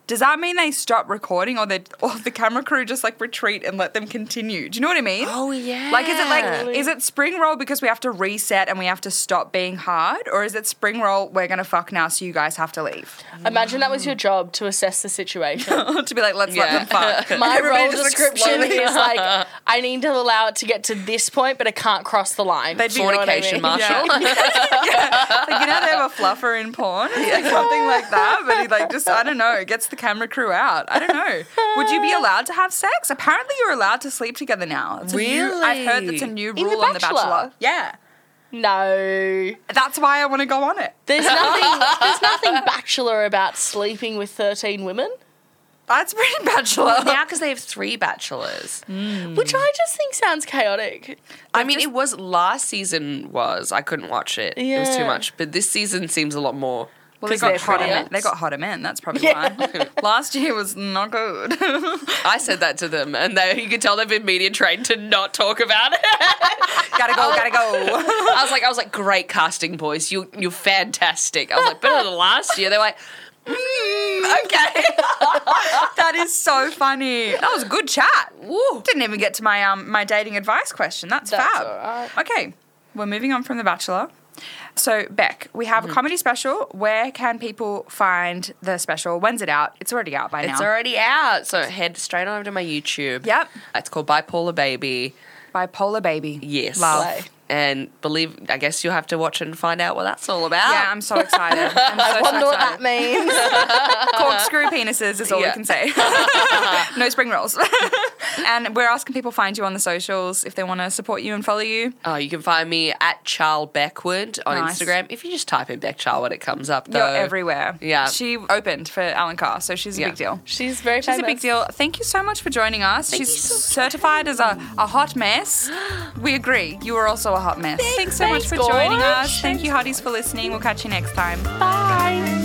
[SPEAKER 1] does that mean they stop recording or, they, or the camera crew just like retreat and let them continue? Do you know what I mean?
[SPEAKER 3] Oh, yeah.
[SPEAKER 1] Like, is it like, is it spring roll because we have to reset and we have to stop being hard? Or is it spring roll, we're going to fuck now, so you guys have to leave? [LAUGHS]
[SPEAKER 2] Imagine that was your job to assess the situation.
[SPEAKER 1] to be like, let's
[SPEAKER 3] Yeah.
[SPEAKER 1] let them fuck.
[SPEAKER 2] [LAUGHS]
[SPEAKER 1] [LAUGHS]
[SPEAKER 2] My
[SPEAKER 1] Everybody
[SPEAKER 2] role
[SPEAKER 1] just, like,
[SPEAKER 2] description
[SPEAKER 1] slowly- [LAUGHS]
[SPEAKER 2] is like, I need to allow it to get to this point, but I can't cross the line.
[SPEAKER 1] They'd be- you know what I
[SPEAKER 3] Fornication,
[SPEAKER 1] mean? [LAUGHS]
[SPEAKER 3] Marshall.
[SPEAKER 1] Yeah. Like, you know, they have a fluffer in porn, It's like something like that. But he, like, just, I don't know, gets the camera crew out. I don't know. Would
[SPEAKER 2] [LAUGHS]
[SPEAKER 1] you be allowed to have sex? Apparently, you're allowed to sleep together now. It's a new- I've heard that's a new
[SPEAKER 2] The
[SPEAKER 1] rule on The
[SPEAKER 2] Bachelor.
[SPEAKER 1] Bachelor. Yeah.
[SPEAKER 2] no.
[SPEAKER 1] That's why I want to go on it. [LAUGHS]
[SPEAKER 2] There's nothing there's nothing bachelor about sleeping with 13 women.
[SPEAKER 1] That's pretty [LAUGHS] Bachelor.
[SPEAKER 3] now because they have three bachelors.
[SPEAKER 2] Which
[SPEAKER 1] Hmm.
[SPEAKER 2] I just think sounds chaotic.
[SPEAKER 3] I mean, it was last season. Was I couldn't watch it. It was too
[SPEAKER 2] Yeah.
[SPEAKER 3] much. But this season seems a lot more.
[SPEAKER 1] Well, they
[SPEAKER 2] 'Cause
[SPEAKER 1] got
[SPEAKER 2] they're
[SPEAKER 1] hotter
[SPEAKER 2] prettier.
[SPEAKER 1] men. They got hotter men. That's probably
[SPEAKER 2] Yeah. [LAUGHS]
[SPEAKER 1] why. Last year was not good. [LAUGHS]
[SPEAKER 3] I said that to them, and they, you could tell they've been media trained to not talk about it.
[SPEAKER 1] gotta go. Gotta
[SPEAKER 2] [LAUGHS]
[SPEAKER 1] go.
[SPEAKER 3] I was like, I was like, great casting, boys. You you're fantastic. I was like, better than last year. They're like, mm, okay.
[SPEAKER 1] that is so funny. That was a good chat. Didn't even get to my um my dating advice question. That's,
[SPEAKER 2] That's
[SPEAKER 1] fab.
[SPEAKER 2] alright.
[SPEAKER 1] Okay, we're moving on from The Bachelor. So Beck, we have a
[SPEAKER 3] Mm-hmm.
[SPEAKER 1] comedy special. Where can people find the special? When's it out? It's already out by
[SPEAKER 3] It's
[SPEAKER 1] now.
[SPEAKER 3] already out. So head straight on over to my YouTube.
[SPEAKER 1] Yep.
[SPEAKER 3] It's called Bipolar Baby.
[SPEAKER 1] By Polar Baby.
[SPEAKER 3] Yes.
[SPEAKER 1] Love.
[SPEAKER 2] Slay.
[SPEAKER 3] And believe, I guess you'll have to watch it and find out what that's all about.
[SPEAKER 1] Yeah, I'm so excited.
[SPEAKER 3] [LAUGHS]
[SPEAKER 1] I'm so, so
[SPEAKER 2] Wonder what
[SPEAKER 1] excited.
[SPEAKER 2] that
[SPEAKER 1] [LAUGHS]
[SPEAKER 2] means.
[SPEAKER 1] corkscrew penises is all
[SPEAKER 3] Yeah.
[SPEAKER 1] we can
[SPEAKER 3] [LAUGHS]
[SPEAKER 1] say. no spring rolls. [LAUGHS] and we're asking people find you on the socials if they want to support you and follow you.
[SPEAKER 3] Oh, you can find me at Charl Beckwood on
[SPEAKER 1] Nice.
[SPEAKER 3] Instagram. If you just type in Beck Charl, when it comes up, though.
[SPEAKER 1] You're everywhere.
[SPEAKER 3] Yeah.
[SPEAKER 1] She opened for Alan Carr, so she's a
[SPEAKER 3] Yeah.
[SPEAKER 1] big deal.
[SPEAKER 2] She's very
[SPEAKER 1] She's
[SPEAKER 2] famous.
[SPEAKER 1] a big deal. Thank you so much for joining us.
[SPEAKER 3] you
[SPEAKER 1] She's
[SPEAKER 3] so much for
[SPEAKER 1] certified as a, a hot
[SPEAKER 3] [GASPS]
[SPEAKER 1] mess. We agree. You are also a hot mess. Thanks, so much
[SPEAKER 2] thanks,
[SPEAKER 1] for
[SPEAKER 2] Gorge.
[SPEAKER 1] joining us. Thank you, hotties, for listening. We'll catch you next time.
[SPEAKER 2] Bye.